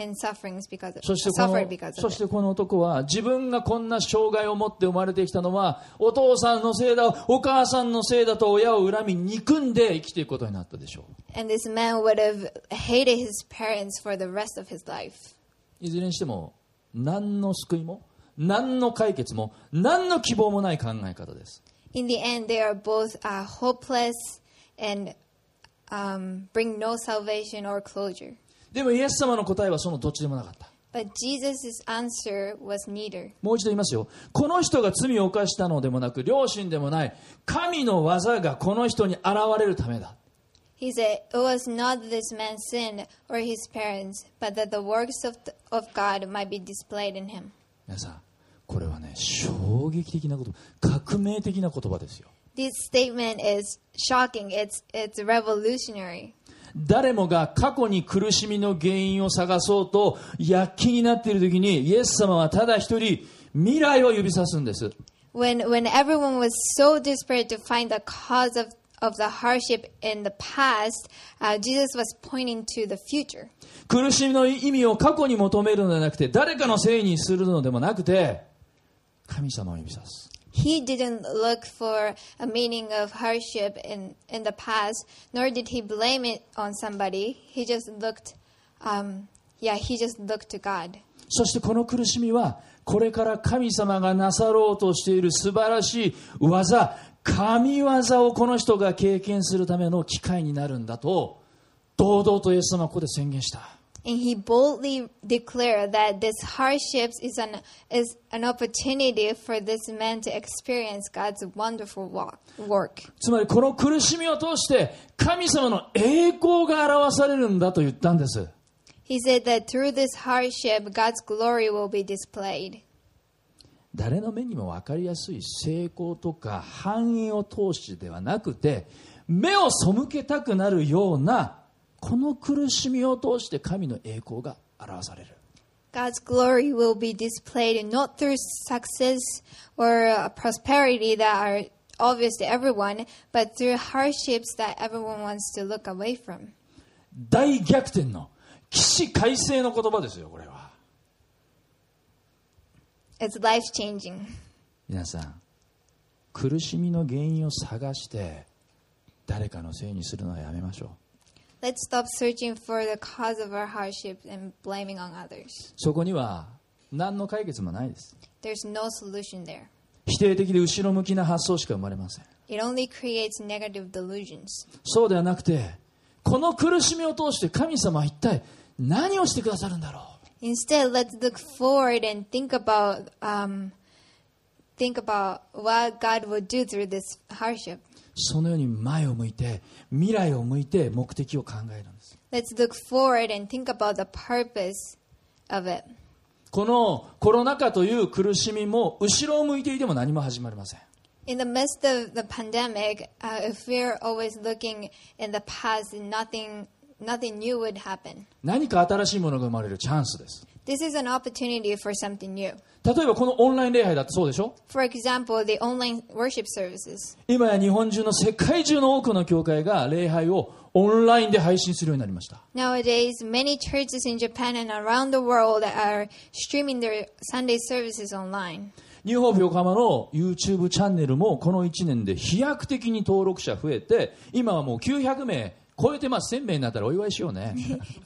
Speaker 2: and sufferings because of,
Speaker 1: うそしてこ
Speaker 2: suffered
Speaker 1: の
Speaker 2: because
Speaker 1: そ
Speaker 2: of
Speaker 1: し
Speaker 2: it.
Speaker 1: てこの男は自分がこんな障害を持って生まれてきたのはお父さんのせいだお母さんのせいだと親を恨み憎んで生きていくことになったでしょう
Speaker 2: And this man would have hated his parents for the rest of his life.
Speaker 1: いずれにしても何の救いも何の解決も何の希望もない考え方です
Speaker 2: In the end, they are both uh, hopeless and um, bring no salvation or closure.
Speaker 1: でもイエス様の答えはそのどっちでもなかった
Speaker 2: But Jesus' answer was neither.
Speaker 1: もう一度言いますよこの人が罪を犯したのでもなく良心でもない神の技がこの人に現れるためだ
Speaker 2: He said, It was not this man's sin or his parents, but that the works of, th- of God might be displayed in him.
Speaker 1: 皆さんこれはね衝撃的な言葉革命的な言葉ですよ
Speaker 2: This statement is shocking. It's, it's revolutionary.
Speaker 1: 誰もが過去に苦しみの原因を探そうと躍起になっている時にイエス様はただ一人未来を指さすんです
Speaker 2: When, when everyone was so desperate to find the cause of, of the hardship in the past, uh, Jesus was pointing to the future.
Speaker 1: 苦しみの意味を過去に求めるのではなくて誰かのせいにするのでもなくて神様を指さす
Speaker 2: He didn't look for a meaning of hardship in, in the past, nor did he blame it on somebody. He just looked, um, yeah, he just looked to God.
Speaker 1: そしてこの苦しみはこれから神様がなさろうとしている素晴らしい技神業をこの人が経験するための機会になるんだと堂々とイエス様はここで宣言した
Speaker 2: And he boldly declared that this hardships is an, is an opportunity for this man to experience God's wonderful walk, work.
Speaker 1: つまりこの苦しみを通して神様の栄光が表されるんだと言ったんです
Speaker 2: He said that through this hardship, God's glory will be displayed.
Speaker 1: 誰の目にも分かりやすい成功とか繁栄を通してではなくて目を背けたくなるようなこの苦しみを通して神の栄光が表される
Speaker 2: God's glory will be displayed not through success or uh, prosperity that are obvious to everyone, but through hardships that everyone wants to look away from.
Speaker 1: 大逆転の起死回生の言葉ですよこれは
Speaker 2: It's life changing.
Speaker 1: 皆さん苦しみの原因を探して誰かのせいにするのはやめましょう
Speaker 2: Let's stop searching for the cause of our hardship and blaming on others.
Speaker 1: そこには何の解決もないです
Speaker 2: There's no solution there.
Speaker 1: 否定的で後ろ向きな発想しか生まれません
Speaker 2: It only creates negative delusions.
Speaker 1: そうではなくてこの苦しみを通して神様は一体何をしてくださるんだろ
Speaker 2: Instead, let's look forward and think about um, think about what God will do through this
Speaker 1: う
Speaker 2: hardship.
Speaker 1: そのように前を向いて未来を向いて目的を考えるんです
Speaker 2: Let's look forward and think about the purpose of it.
Speaker 1: このコロナ禍という苦しみも後ろを向いていても何も始まりません
Speaker 2: In the midst of the pandemic, uh, if we're always looking in the past, nothing nothing new would happen.
Speaker 1: 何か新しいものが生まれるチャンスです
Speaker 2: This is an opportunity for something new.
Speaker 1: 例えばこのオンライン礼拝だってそうでしょ
Speaker 2: For example, the online worship services.
Speaker 1: 今や日本中の世界中の多くの教会が礼拝をオンラインで配信するようになりました
Speaker 2: Nowadays, many churches in Japan and around the world are streaming their Sunday services online.
Speaker 1: ニューホープ横浜の YouTube チャンネルもこの1年で飛躍的に登録者増えて今はもう900名超えてます1000名になったらお祝いしよう ね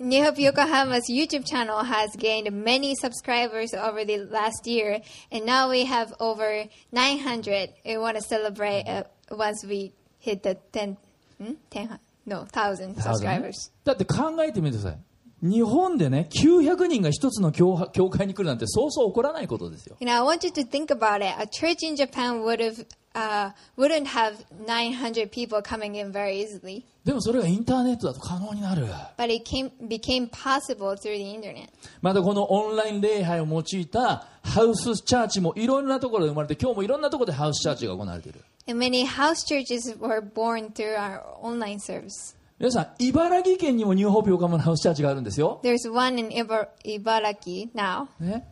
Speaker 2: New Hope Yokohama's YouTube channel has gained many subscribers over the last year, and now we have over 900. We want to celebrate uh, once we hit the 10, hmm? 10, No, thousand
Speaker 1: Thousand
Speaker 2: subscribers.
Speaker 1: だって考えてみてください。日本でね、900人が一つの教教会に来るなんてそうそう起こらないことですよ。
Speaker 2: You know, I want you to think about it. A church in Japan would have uh, wouldn't have 900 people coming in very easily,
Speaker 1: でもそれがインターネットだと可能になる。
Speaker 2: but it came became possible through the internet.
Speaker 1: またこのオンライン礼拝を用いたハウスチャーチもいろんなところで生まれて、今日もいろんなところでハウスチャーチが行われている。
Speaker 2: And many house churches were born through our online service.
Speaker 1: 皆さん、茨城県にもニューホープ横浜のハウスチャーチがあるんですよ。
Speaker 2: There's one in Ibar- Ibaraki now.
Speaker 1: ね、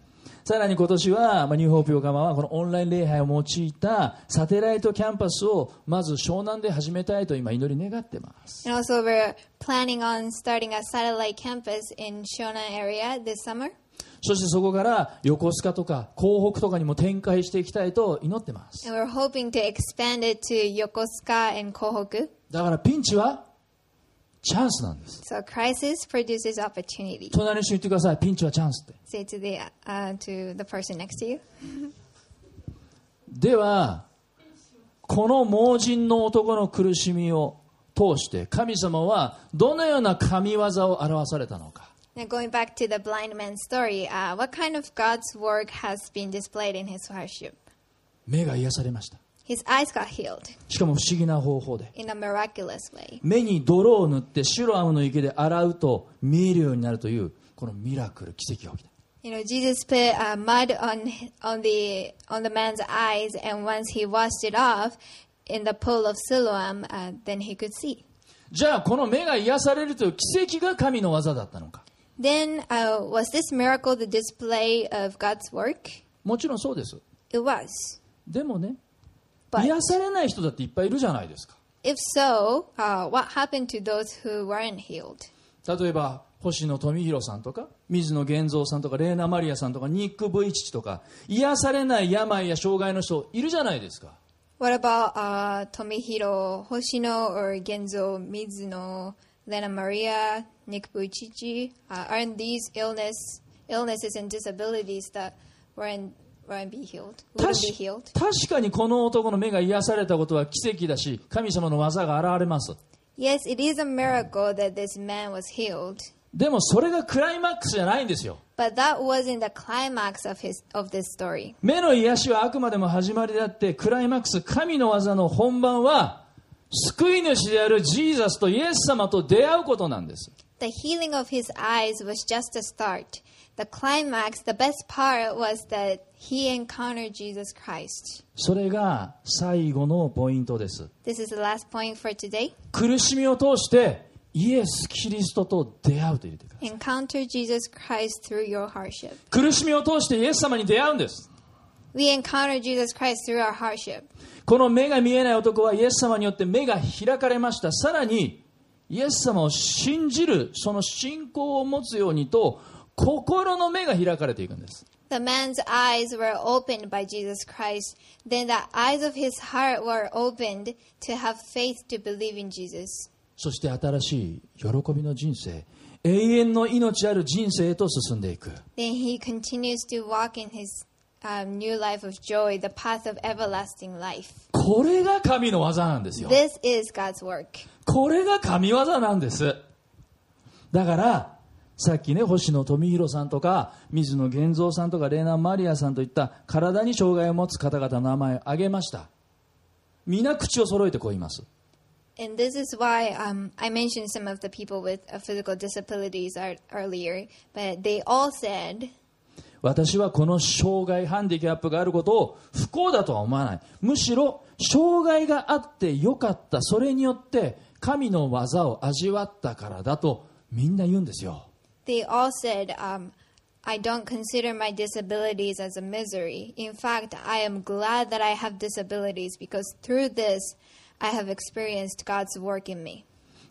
Speaker 1: さらに今年は、まあ、ニューホープ横浜はこのオンライン礼拝を用いたサテライトキャンパスをまず湘南で始めたいと今祈り願ってます。
Speaker 2: And also, we're planning on starting a satellite campus in Shona area this summer.
Speaker 1: そしてそこから横須賀とか港北とかにも展開していきたいと祈ってます。
Speaker 2: And we're hoping to expand it to Yokosuka and Kohoku.
Speaker 1: だからピンチはチャンスなんです。
Speaker 2: So crisis produces opportunity.
Speaker 1: 隣の人に言ってください。ピンチはチャンスって。
Speaker 2: Say to the uh, to the person next to you.
Speaker 1: では、この盲人の男の苦しみを通して神様はどのような神業を表されたのか。
Speaker 2: Now going back to the blind man's story, uh, what kind of God's work has been displayed in his hardship?
Speaker 1: 目が癒されました。
Speaker 2: His eyes got healed
Speaker 1: しかも不思議な方法で。
Speaker 2: in a miraculous way.
Speaker 1: 目に泥を塗ってシロアムの池で洗うと見えるようになるというこのミラクル奇跡が起きた
Speaker 2: You know, Jesus put uh, mud on on the on the man's eyes, and once he washed it off in the pool of Siloam, uh, then he could see.
Speaker 1: じゃあこの目が癒されるという奇跡が神の技だったのか
Speaker 2: Then uh, was this miracle the display of God's work?
Speaker 1: もちろんそうです
Speaker 2: It was.
Speaker 1: でもね
Speaker 2: But
Speaker 1: 癒されない人だっていっぱいいるじゃないですか
Speaker 2: if so, uh, what happened to those who weren't healed?
Speaker 1: 例えば星野富弘さんとか水野源三さんとかレーナ・マリアさんとかニック・ブイチチとか癒されない病や障害の人いるじゃないですか
Speaker 2: What about uh, Tomihiro Hoshino or Genzo Mizuno, Lena Maria, Nick Buchichi? Uh, aren't these illness, illnesses and disabilities that weren't, weren't be healed?
Speaker 1: 確
Speaker 2: Wouldn't be healed?
Speaker 1: 確かにこの男の目が癒されたことは奇跡だし神様の技が現れます
Speaker 2: Yes, it is a miracle that this man was healed,
Speaker 1: でもそれがクライマックスじゃないんですよ
Speaker 2: but that wasn't the climax of his of this story.
Speaker 1: 目の癒しはあくまでも始まりであってクライマックス神の技の本番は救い主であるジーザスとイエス様と出会うことなんです
Speaker 2: The healing of his eyes was just a start. The climax, the best part was that he encountered Jesus Christ.
Speaker 1: それが最後のポイントです
Speaker 2: This is the last point for today.
Speaker 1: 苦しみを通してイエス・キリストと出会うと入れてください
Speaker 2: Encounter Jesus Christ through your hardship.
Speaker 1: 苦しみを通してイエス様に出会うんです
Speaker 2: We encounter Jesus Christ through our hardship.
Speaker 1: この目が見えない男はイエス様によって目が開かれました。さらに、イエス様を信じる、その信仰を持つようにと、心の目が開かれていくんです。
Speaker 2: The man's eyes were opened by Jesus Christ. Then the eyes of his heart were opened to have faith to believe in Jesus.
Speaker 1: そして新しい喜びの人生、永遠の命ある人生へと進んでいく。
Speaker 2: Then he continues to walk in his um, new life of joy, the path of everlasting life.
Speaker 1: これが神の技なんですよ。
Speaker 2: This is God's work.
Speaker 1: これが神業なんです。だから、さっきね、星野富弘さんとか、水野源三さんとか、レーナ・マリアさんといった、体に障害を持つ方々の名前を挙げました。皆口を揃えてこう言います。
Speaker 2: And this is why um, I mentioned some of the people with uh, physical disabilities are, earlier, but they all said,
Speaker 1: 私はこの障害、ハンディキャップがあることを不幸だとは思わない。むしろ、障害があってよかった。それによって、神の技を味わったからだと、みんな言うんですよ。
Speaker 2: they all said, um, I don't consider my disabilities as a misery. In fact, I am glad that I have disabilities because through this, I have experienced God's work in me.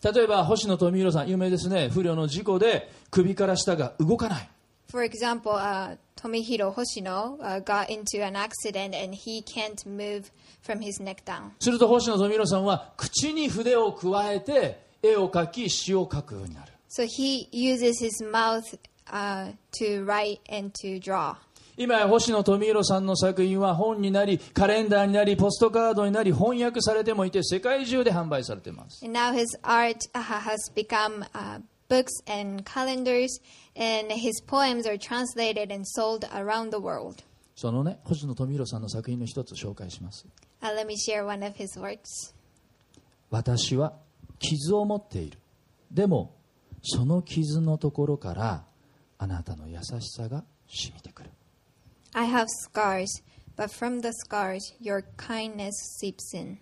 Speaker 1: 例えば星野富弘さん有名ですね不慮の事故で首から下が動かない
Speaker 2: For example, uh, Tomihiro Hoshino uh, got into an accident and he can't move from his neck down.
Speaker 1: すると星野富弘さんは口に筆を加えて絵を描き詩を書くようになる
Speaker 2: So he uses his mouth uh, to write and to draw.
Speaker 1: 今や星野富弘さんの作品は本になりカレンダーになりポストカードになり翻訳されてもいて世界中で販売されています
Speaker 2: And now his art uh, has become uh, books and calendars, and his poems are translated and sold around the world.
Speaker 1: そのね星野富弘さんの作品の一つ紹介します
Speaker 2: Uh, let me share one of his works.
Speaker 1: 私は傷を持っているでもその傷のところからあなたの優しさが染みてくる
Speaker 2: I have scars, but from the scars your kindness seeps in.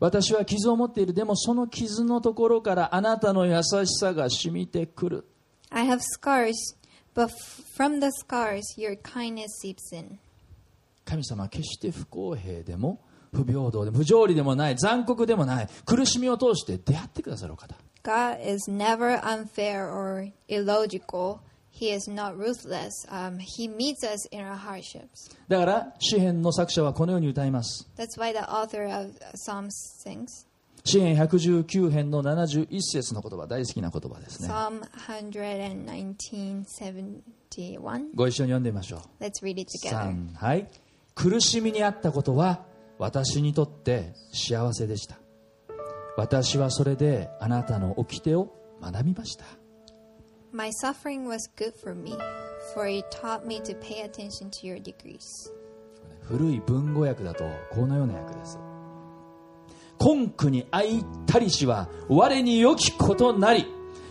Speaker 1: 私は傷を持っているでもその傷のところからあなたの優しさが染みてくる
Speaker 2: I have scars, but f- from the scars your kindness seeps in.
Speaker 1: 神様は決して不公平でも不平等でも不条理でもない残酷でもない苦しみを通して出会ってくださるお方
Speaker 2: God is never unfair or illogical. He is not ruthless. Um, he meets us in our hardships.
Speaker 1: だから詩篇の作者はこのように歌います
Speaker 2: That's why the author of Psalms sings.
Speaker 1: 詩篇119編の71節の言葉大好きな言葉ですね
Speaker 2: Psalm 119:71.
Speaker 1: ご一緒に読んでみましょう
Speaker 2: Let's read it together.
Speaker 1: 3はい苦しみにあったことは私にとって幸せでした私はそれであなたの掟を学びました
Speaker 2: My suffering was good for me, for it taught me to pay attention to your decrees.
Speaker 1: 古い文語訳だとこのような訳です根句にあいたりしは我に良きことなり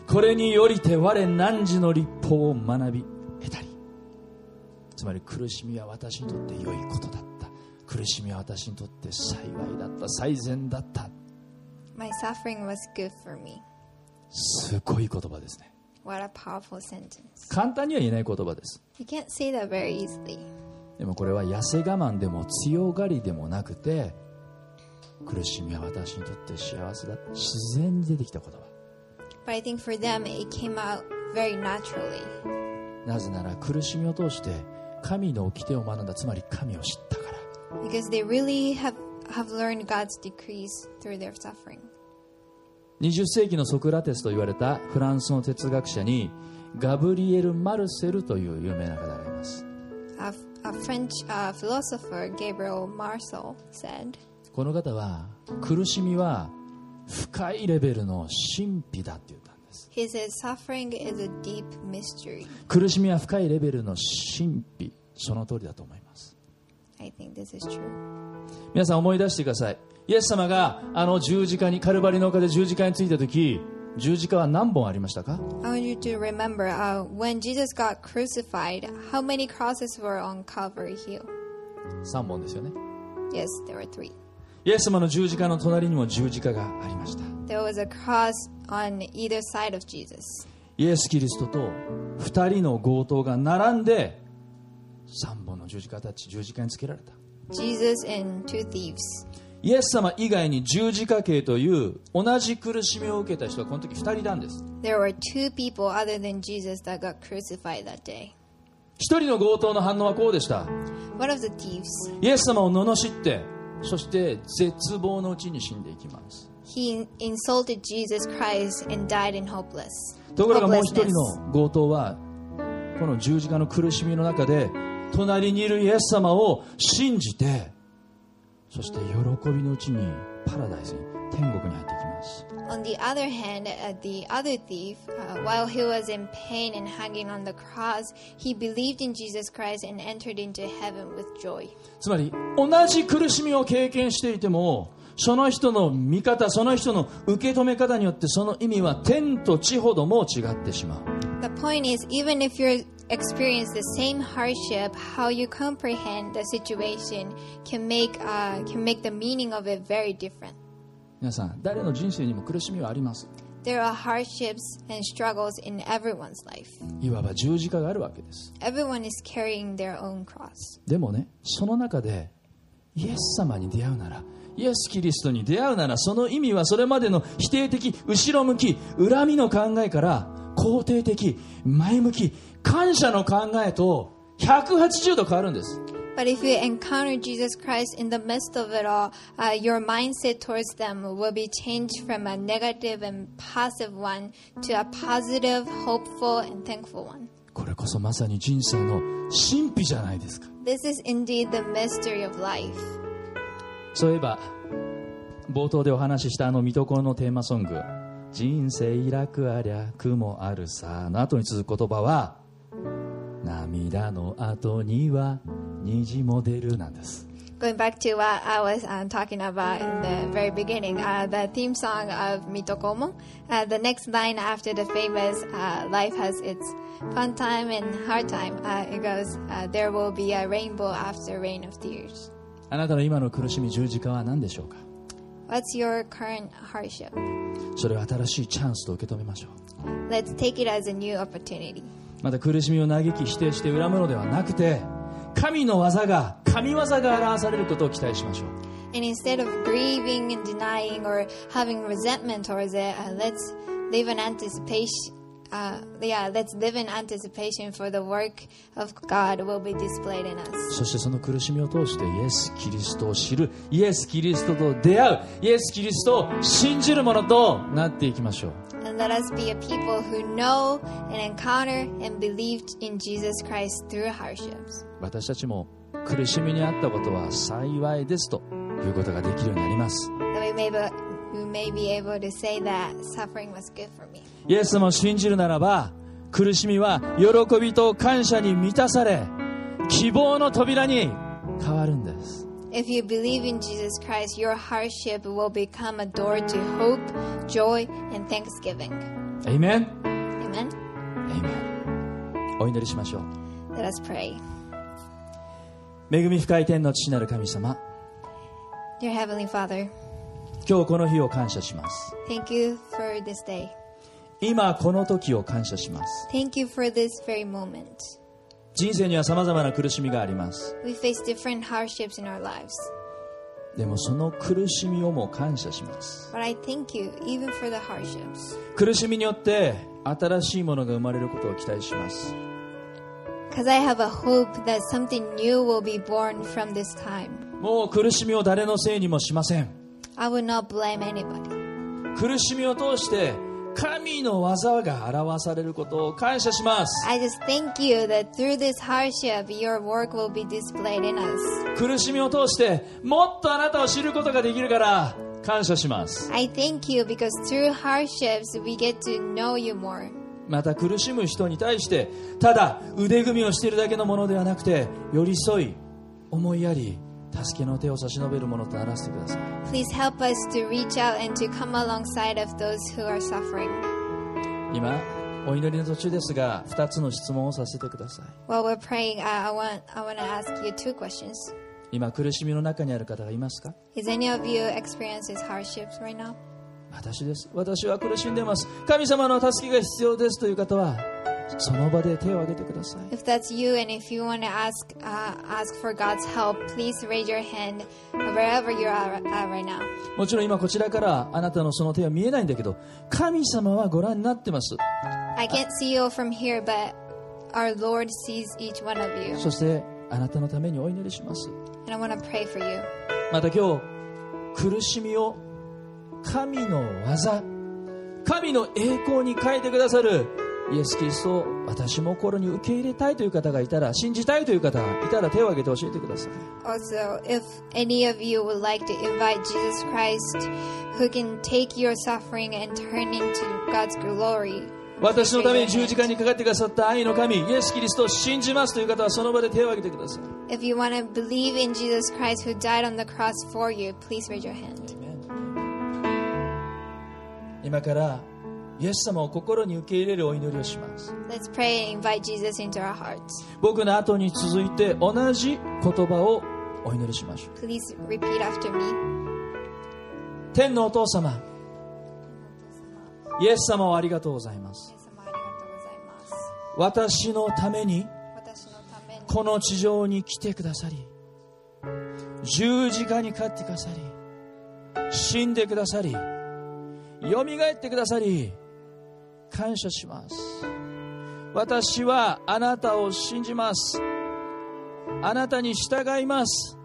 Speaker 1: これによりて我何時の立法を学び得たりつまり苦しみは私にとって良いことだった苦しみは私にとって幸いだった最善だった
Speaker 2: My suffering was good for me.
Speaker 1: すごい言葉ですね
Speaker 2: What a powerful sentence.
Speaker 1: 簡単には言えない言葉です
Speaker 2: You can't say that very easily.
Speaker 1: でもこれは痩せ我慢でも強がりでもなくて苦しみは私にとって幸せだ自然に出てきた言葉
Speaker 2: But I think for them, it came out very naturally.
Speaker 1: なぜなら苦しみを通して神の掟を学んだつまり神を知ったから
Speaker 2: Because they really have, have learned God's decrees through their suffering.
Speaker 1: 20世紀のソクラテスと言われたフランスの哲学者にガブリエル・マルセルという有名な方がいます
Speaker 2: A, a French uh, philosopher, Gabriel Marcel, said,
Speaker 1: この方は苦しみは深いレベルの神秘だって言ったんです
Speaker 2: He says, suffering is a deep mystery.
Speaker 1: 苦しみは深いレベルの神秘その通りだと思います
Speaker 2: I think this is true.
Speaker 1: 皆さん思い出してくださいイエス様があの十字架にカルバリの丘で十字架についた時十字架は何本ありましたか
Speaker 2: I want you to remember uh, when Jesus got crucified, how many crosses were on Calvary Hill?
Speaker 1: 3本ですよね
Speaker 2: Yes, there were three.
Speaker 1: イエス様の十字架の隣にも十字架がありました
Speaker 2: There was a cross on either side of Jesus.
Speaker 1: イエス・キリストと2人の強盗が並んで3本の十字架たち十字架につけられた
Speaker 2: Jesus and two thieves.
Speaker 1: イエス様以外に十字架刑という同じ苦しみを受けた人はこの時2人なんです
Speaker 2: There were two people other than Jesus that got crucified that day.
Speaker 1: 1人の強盗の反応はこうでした
Speaker 2: One of the thieves,
Speaker 1: イエス様を罵ってそして絶望のうちに死んでいきます
Speaker 2: he insulted Jesus Christ and died in hopeless.
Speaker 1: ところがもう一人
Speaker 2: hopelessness.
Speaker 1: の強盗はこの十字架の苦しみの中で隣にいるイエス様を信じてそして喜びのうちにパラダイスに天国に入っていきます
Speaker 2: On the other hand, uh, the other thief, uh, while he was in pain and hanging on the cross, he believed in Jesus Christ and entered into heaven with joy.
Speaker 1: つまり同じ苦しみを経験していてもその人の見方その人の受け止め方によってその意味は天と地ほども違ってしまう
Speaker 2: The point is, even if you experience the same hardship, how you comprehend the situation can make uh, can make the meaning of it very different.
Speaker 1: 皆さん誰の人生にも苦しみはあります
Speaker 2: There are hardships and struggles in everyone's life.
Speaker 1: いわば十字架があるわけです
Speaker 2: Everyone is carrying their own cross.
Speaker 1: でもねその中でイエス様に出会うならイエス・キリストに出会うならその意味はそれまでの否定的後ろ向き恨みの考えから肯定的前向き感謝の考えと180度変わるんです
Speaker 2: But if you encounter Jesus Christ in the midst of it all, uh, your mindset towards them will be changed from a negative and passive one to a positive, hopeful, and thankful one.
Speaker 1: これこそまさに人生の神秘じゃないですか
Speaker 2: This is indeed the mystery of life.
Speaker 1: そういえば冒頭でお話ししたあの「水戸黄」のテーマソング「人生楽ありゃ苦もあるさ」の後に続く言葉は「涙の後には虹も出る」なんです
Speaker 2: Going back to what I was um, talking about in the very beginning, uh, the theme song of Mitokomo, uh, the next line after the famous uh, Life Has Its Fun Time and Hard Time, uh, it goes, uh, There will be a rainbow after rain of tears.
Speaker 1: あなたの今の苦しみ十字架は何でしょうか
Speaker 2: What's your current hardship?
Speaker 1: それを新しいチャンスと受け止めましょう
Speaker 2: Let's take it as a new opportunity.
Speaker 1: また苦しみを嘆き否定して恨むのではなくて神の技が神技が表されることを期待しましょう
Speaker 2: And instead of grieving and denying or having resentment towards it, uh, let's live in anticipation. Uh, yeah, let's live in anticipation for the work of God will be displayed in us.
Speaker 1: そしてその苦しみを通してイエス・キリストを知るイエス・キリストと出会うイエス・キリストを信じるものとなっていきましょう
Speaker 2: And let us be a people who know and encounter and believe in Jesus Christ through hardships.
Speaker 1: 私たちも苦しみにあったことは幸いですということができるようになります
Speaker 2: That we may be, we may be able to say that suffering was good for me.
Speaker 1: イエスも信じるならば苦しみは喜びと感謝に満たされ希望の扉に変わるんです
Speaker 2: If you believe in Jesus Christ, your hardship will become a door to hope, joy, and thanksgiving.
Speaker 1: エイメン
Speaker 2: Amen.
Speaker 1: エイメンお祈りしましょう
Speaker 2: Let us pray.
Speaker 1: 恵み深い天の父なる神様
Speaker 2: Dear Heavenly Father,
Speaker 1: 今日この日を感謝します
Speaker 2: thank you for this day.
Speaker 1: 今この時を感謝します
Speaker 2: Thank you for this very moment.
Speaker 1: 人生には様々な苦しみがあります
Speaker 2: We face different hardships in our lives,
Speaker 1: でもその苦しみをも感謝します
Speaker 2: but I thank you even for the hardships.
Speaker 1: 苦しみによって新しいものが生まれることを期待します
Speaker 2: Because I have a hope that something new will be born from this time.
Speaker 1: もう苦しみを誰のせいにもしません
Speaker 2: I will not blame anybody.
Speaker 1: 苦しみを通して神の技が表されることを感謝します
Speaker 2: I just thank you that through this hardship, your work will be displayed in us.
Speaker 1: 苦しみを通してもっとあなたを知ることができるから感謝します
Speaker 2: I thank you because through hardships, we get to know you more.
Speaker 1: また苦しむ人に対してただ腕組みをしているだけのものではなくて寄り添い思いやり助けの手を差し伸べるものとならせてください
Speaker 2: Please help us to reach out and to come alongside of those who are suffering.
Speaker 1: 今お祈りの途中ですが2つの質問をさせてください
Speaker 2: While we're praying, I, I want I want to ask you two questions.
Speaker 1: 今苦しみの中にある方がいますか
Speaker 2: Is any of you experiencing hardships right now?
Speaker 1: 私です私は苦しんでます神様の助けが必要ですという方はその場で手を挙げてください
Speaker 2: If that's you, and if you want to ask uh, ask for God's help, please raise your hand wherever you are at right now.
Speaker 1: もちろん今こちらからあなたのその手は見えないんだけど神様はご覧になってます
Speaker 2: I can't see you from here, but our Lord sees each one of you,
Speaker 1: そしてあなたのためにお祈りします
Speaker 2: and I want to pray for you.
Speaker 1: また今日苦しみを神の技神の栄光に変えてくださるイエス・キリストを私も心に受け入れたいという方がいたら信じたいという方がいたら手を挙げて教えてください
Speaker 2: Also, if any of you would like to invite Jesus Christ, who can take your suffering and turn into God's glory,
Speaker 1: 私のために十字架にかかってくださった愛の神イエス・キリストを信じますという方はその場で手を挙げてください
Speaker 2: if you want to believe in Jesus Christ who died on the cross for you, please raise your hand.
Speaker 1: 今からイエス様を心に受け入れるお祈りをします
Speaker 2: Let's pray and invite Jesus into our hearts.
Speaker 1: 僕の後に続いて同じ言葉をお祈りしましょう
Speaker 2: Please repeat after me.
Speaker 1: 天のお父様イエス様をありがとうございます私のためにこの地上に来てくださり十字架にかかってくださり死んでくださりよみがえってくださり感謝します私はあなたを信じますあなたに従います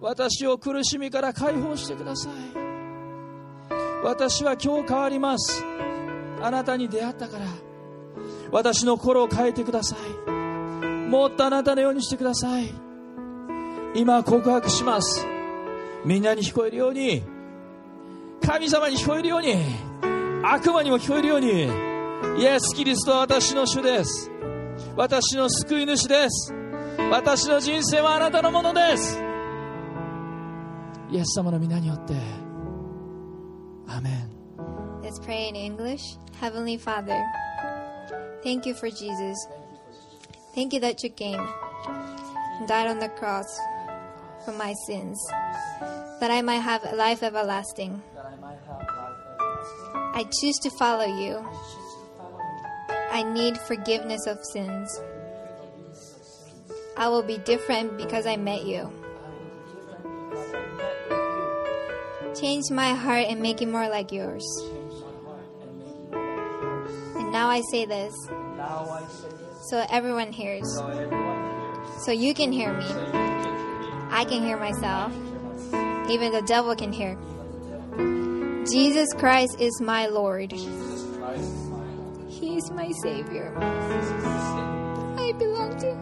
Speaker 1: 私を苦しみから解放してください私は今日変わりますあなたに出会ったから私の心を変えてくださいもっとあなたのようにしてください今告白しますみんなに聞こえるように神様に聞こえるように悪魔にも聞こえるようにイエス・キリストは私の主です私の救い主です私の人生はあなたのものですイエス様の皆によってアーメン
Speaker 2: Let's pray in English. Heavenly Father, thank you for Jesus. Thank you that you came and died on the cross for my sins, that I might have a life everlasting. I choose to follow you. I need forgiveness of sins. I will be different because I met you. Change my heart and make it more like yours. And now I say this so everyone hears. So you can hear me. I can hear myself. Even the devil can hear. Jesus Christ is my Lord. He is my Savior. I belong to Him.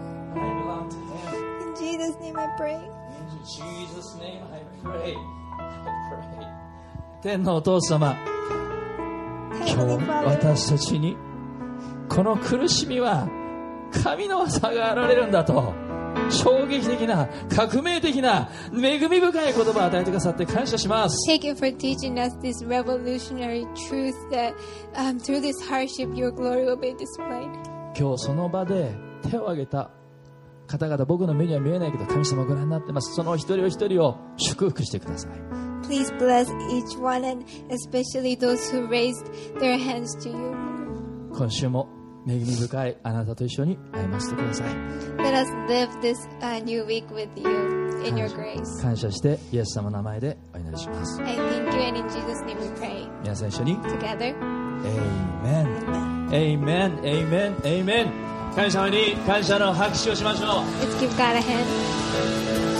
Speaker 2: In Jesus' name I pray.
Speaker 1: Jesus' name I pray. I pray. 天のお父様、今
Speaker 2: Heavenly
Speaker 1: 日
Speaker 2: Father,
Speaker 1: 私たちにこの苦しみは神の技があられるんだと衝撃的な革命的な恵み深い言葉を与えてくださって感謝します
Speaker 2: thank you for teaching us this revolutionary truth that um, through this hardship your glory will be displayed.
Speaker 1: 今日その場で手を挙げた方々僕の目には見えないけど神様ご覧になってますその一人お一人を祝福してください
Speaker 2: Please bless each one and especially those who raised their hands to you.
Speaker 1: 今週も恵み深いあなたと一緒に歩ませてください
Speaker 2: Let us live this uh, new week with you in your grace.
Speaker 1: 感謝してイエス様の名前でお祈りします
Speaker 2: I thank you, and in Jesus' name we pray.
Speaker 1: 皆さん一緒に
Speaker 2: Together,
Speaker 1: Amen. Amen. Amen. Amen. 神様に感謝の拍手をしましょう。
Speaker 2: let's give God a hand.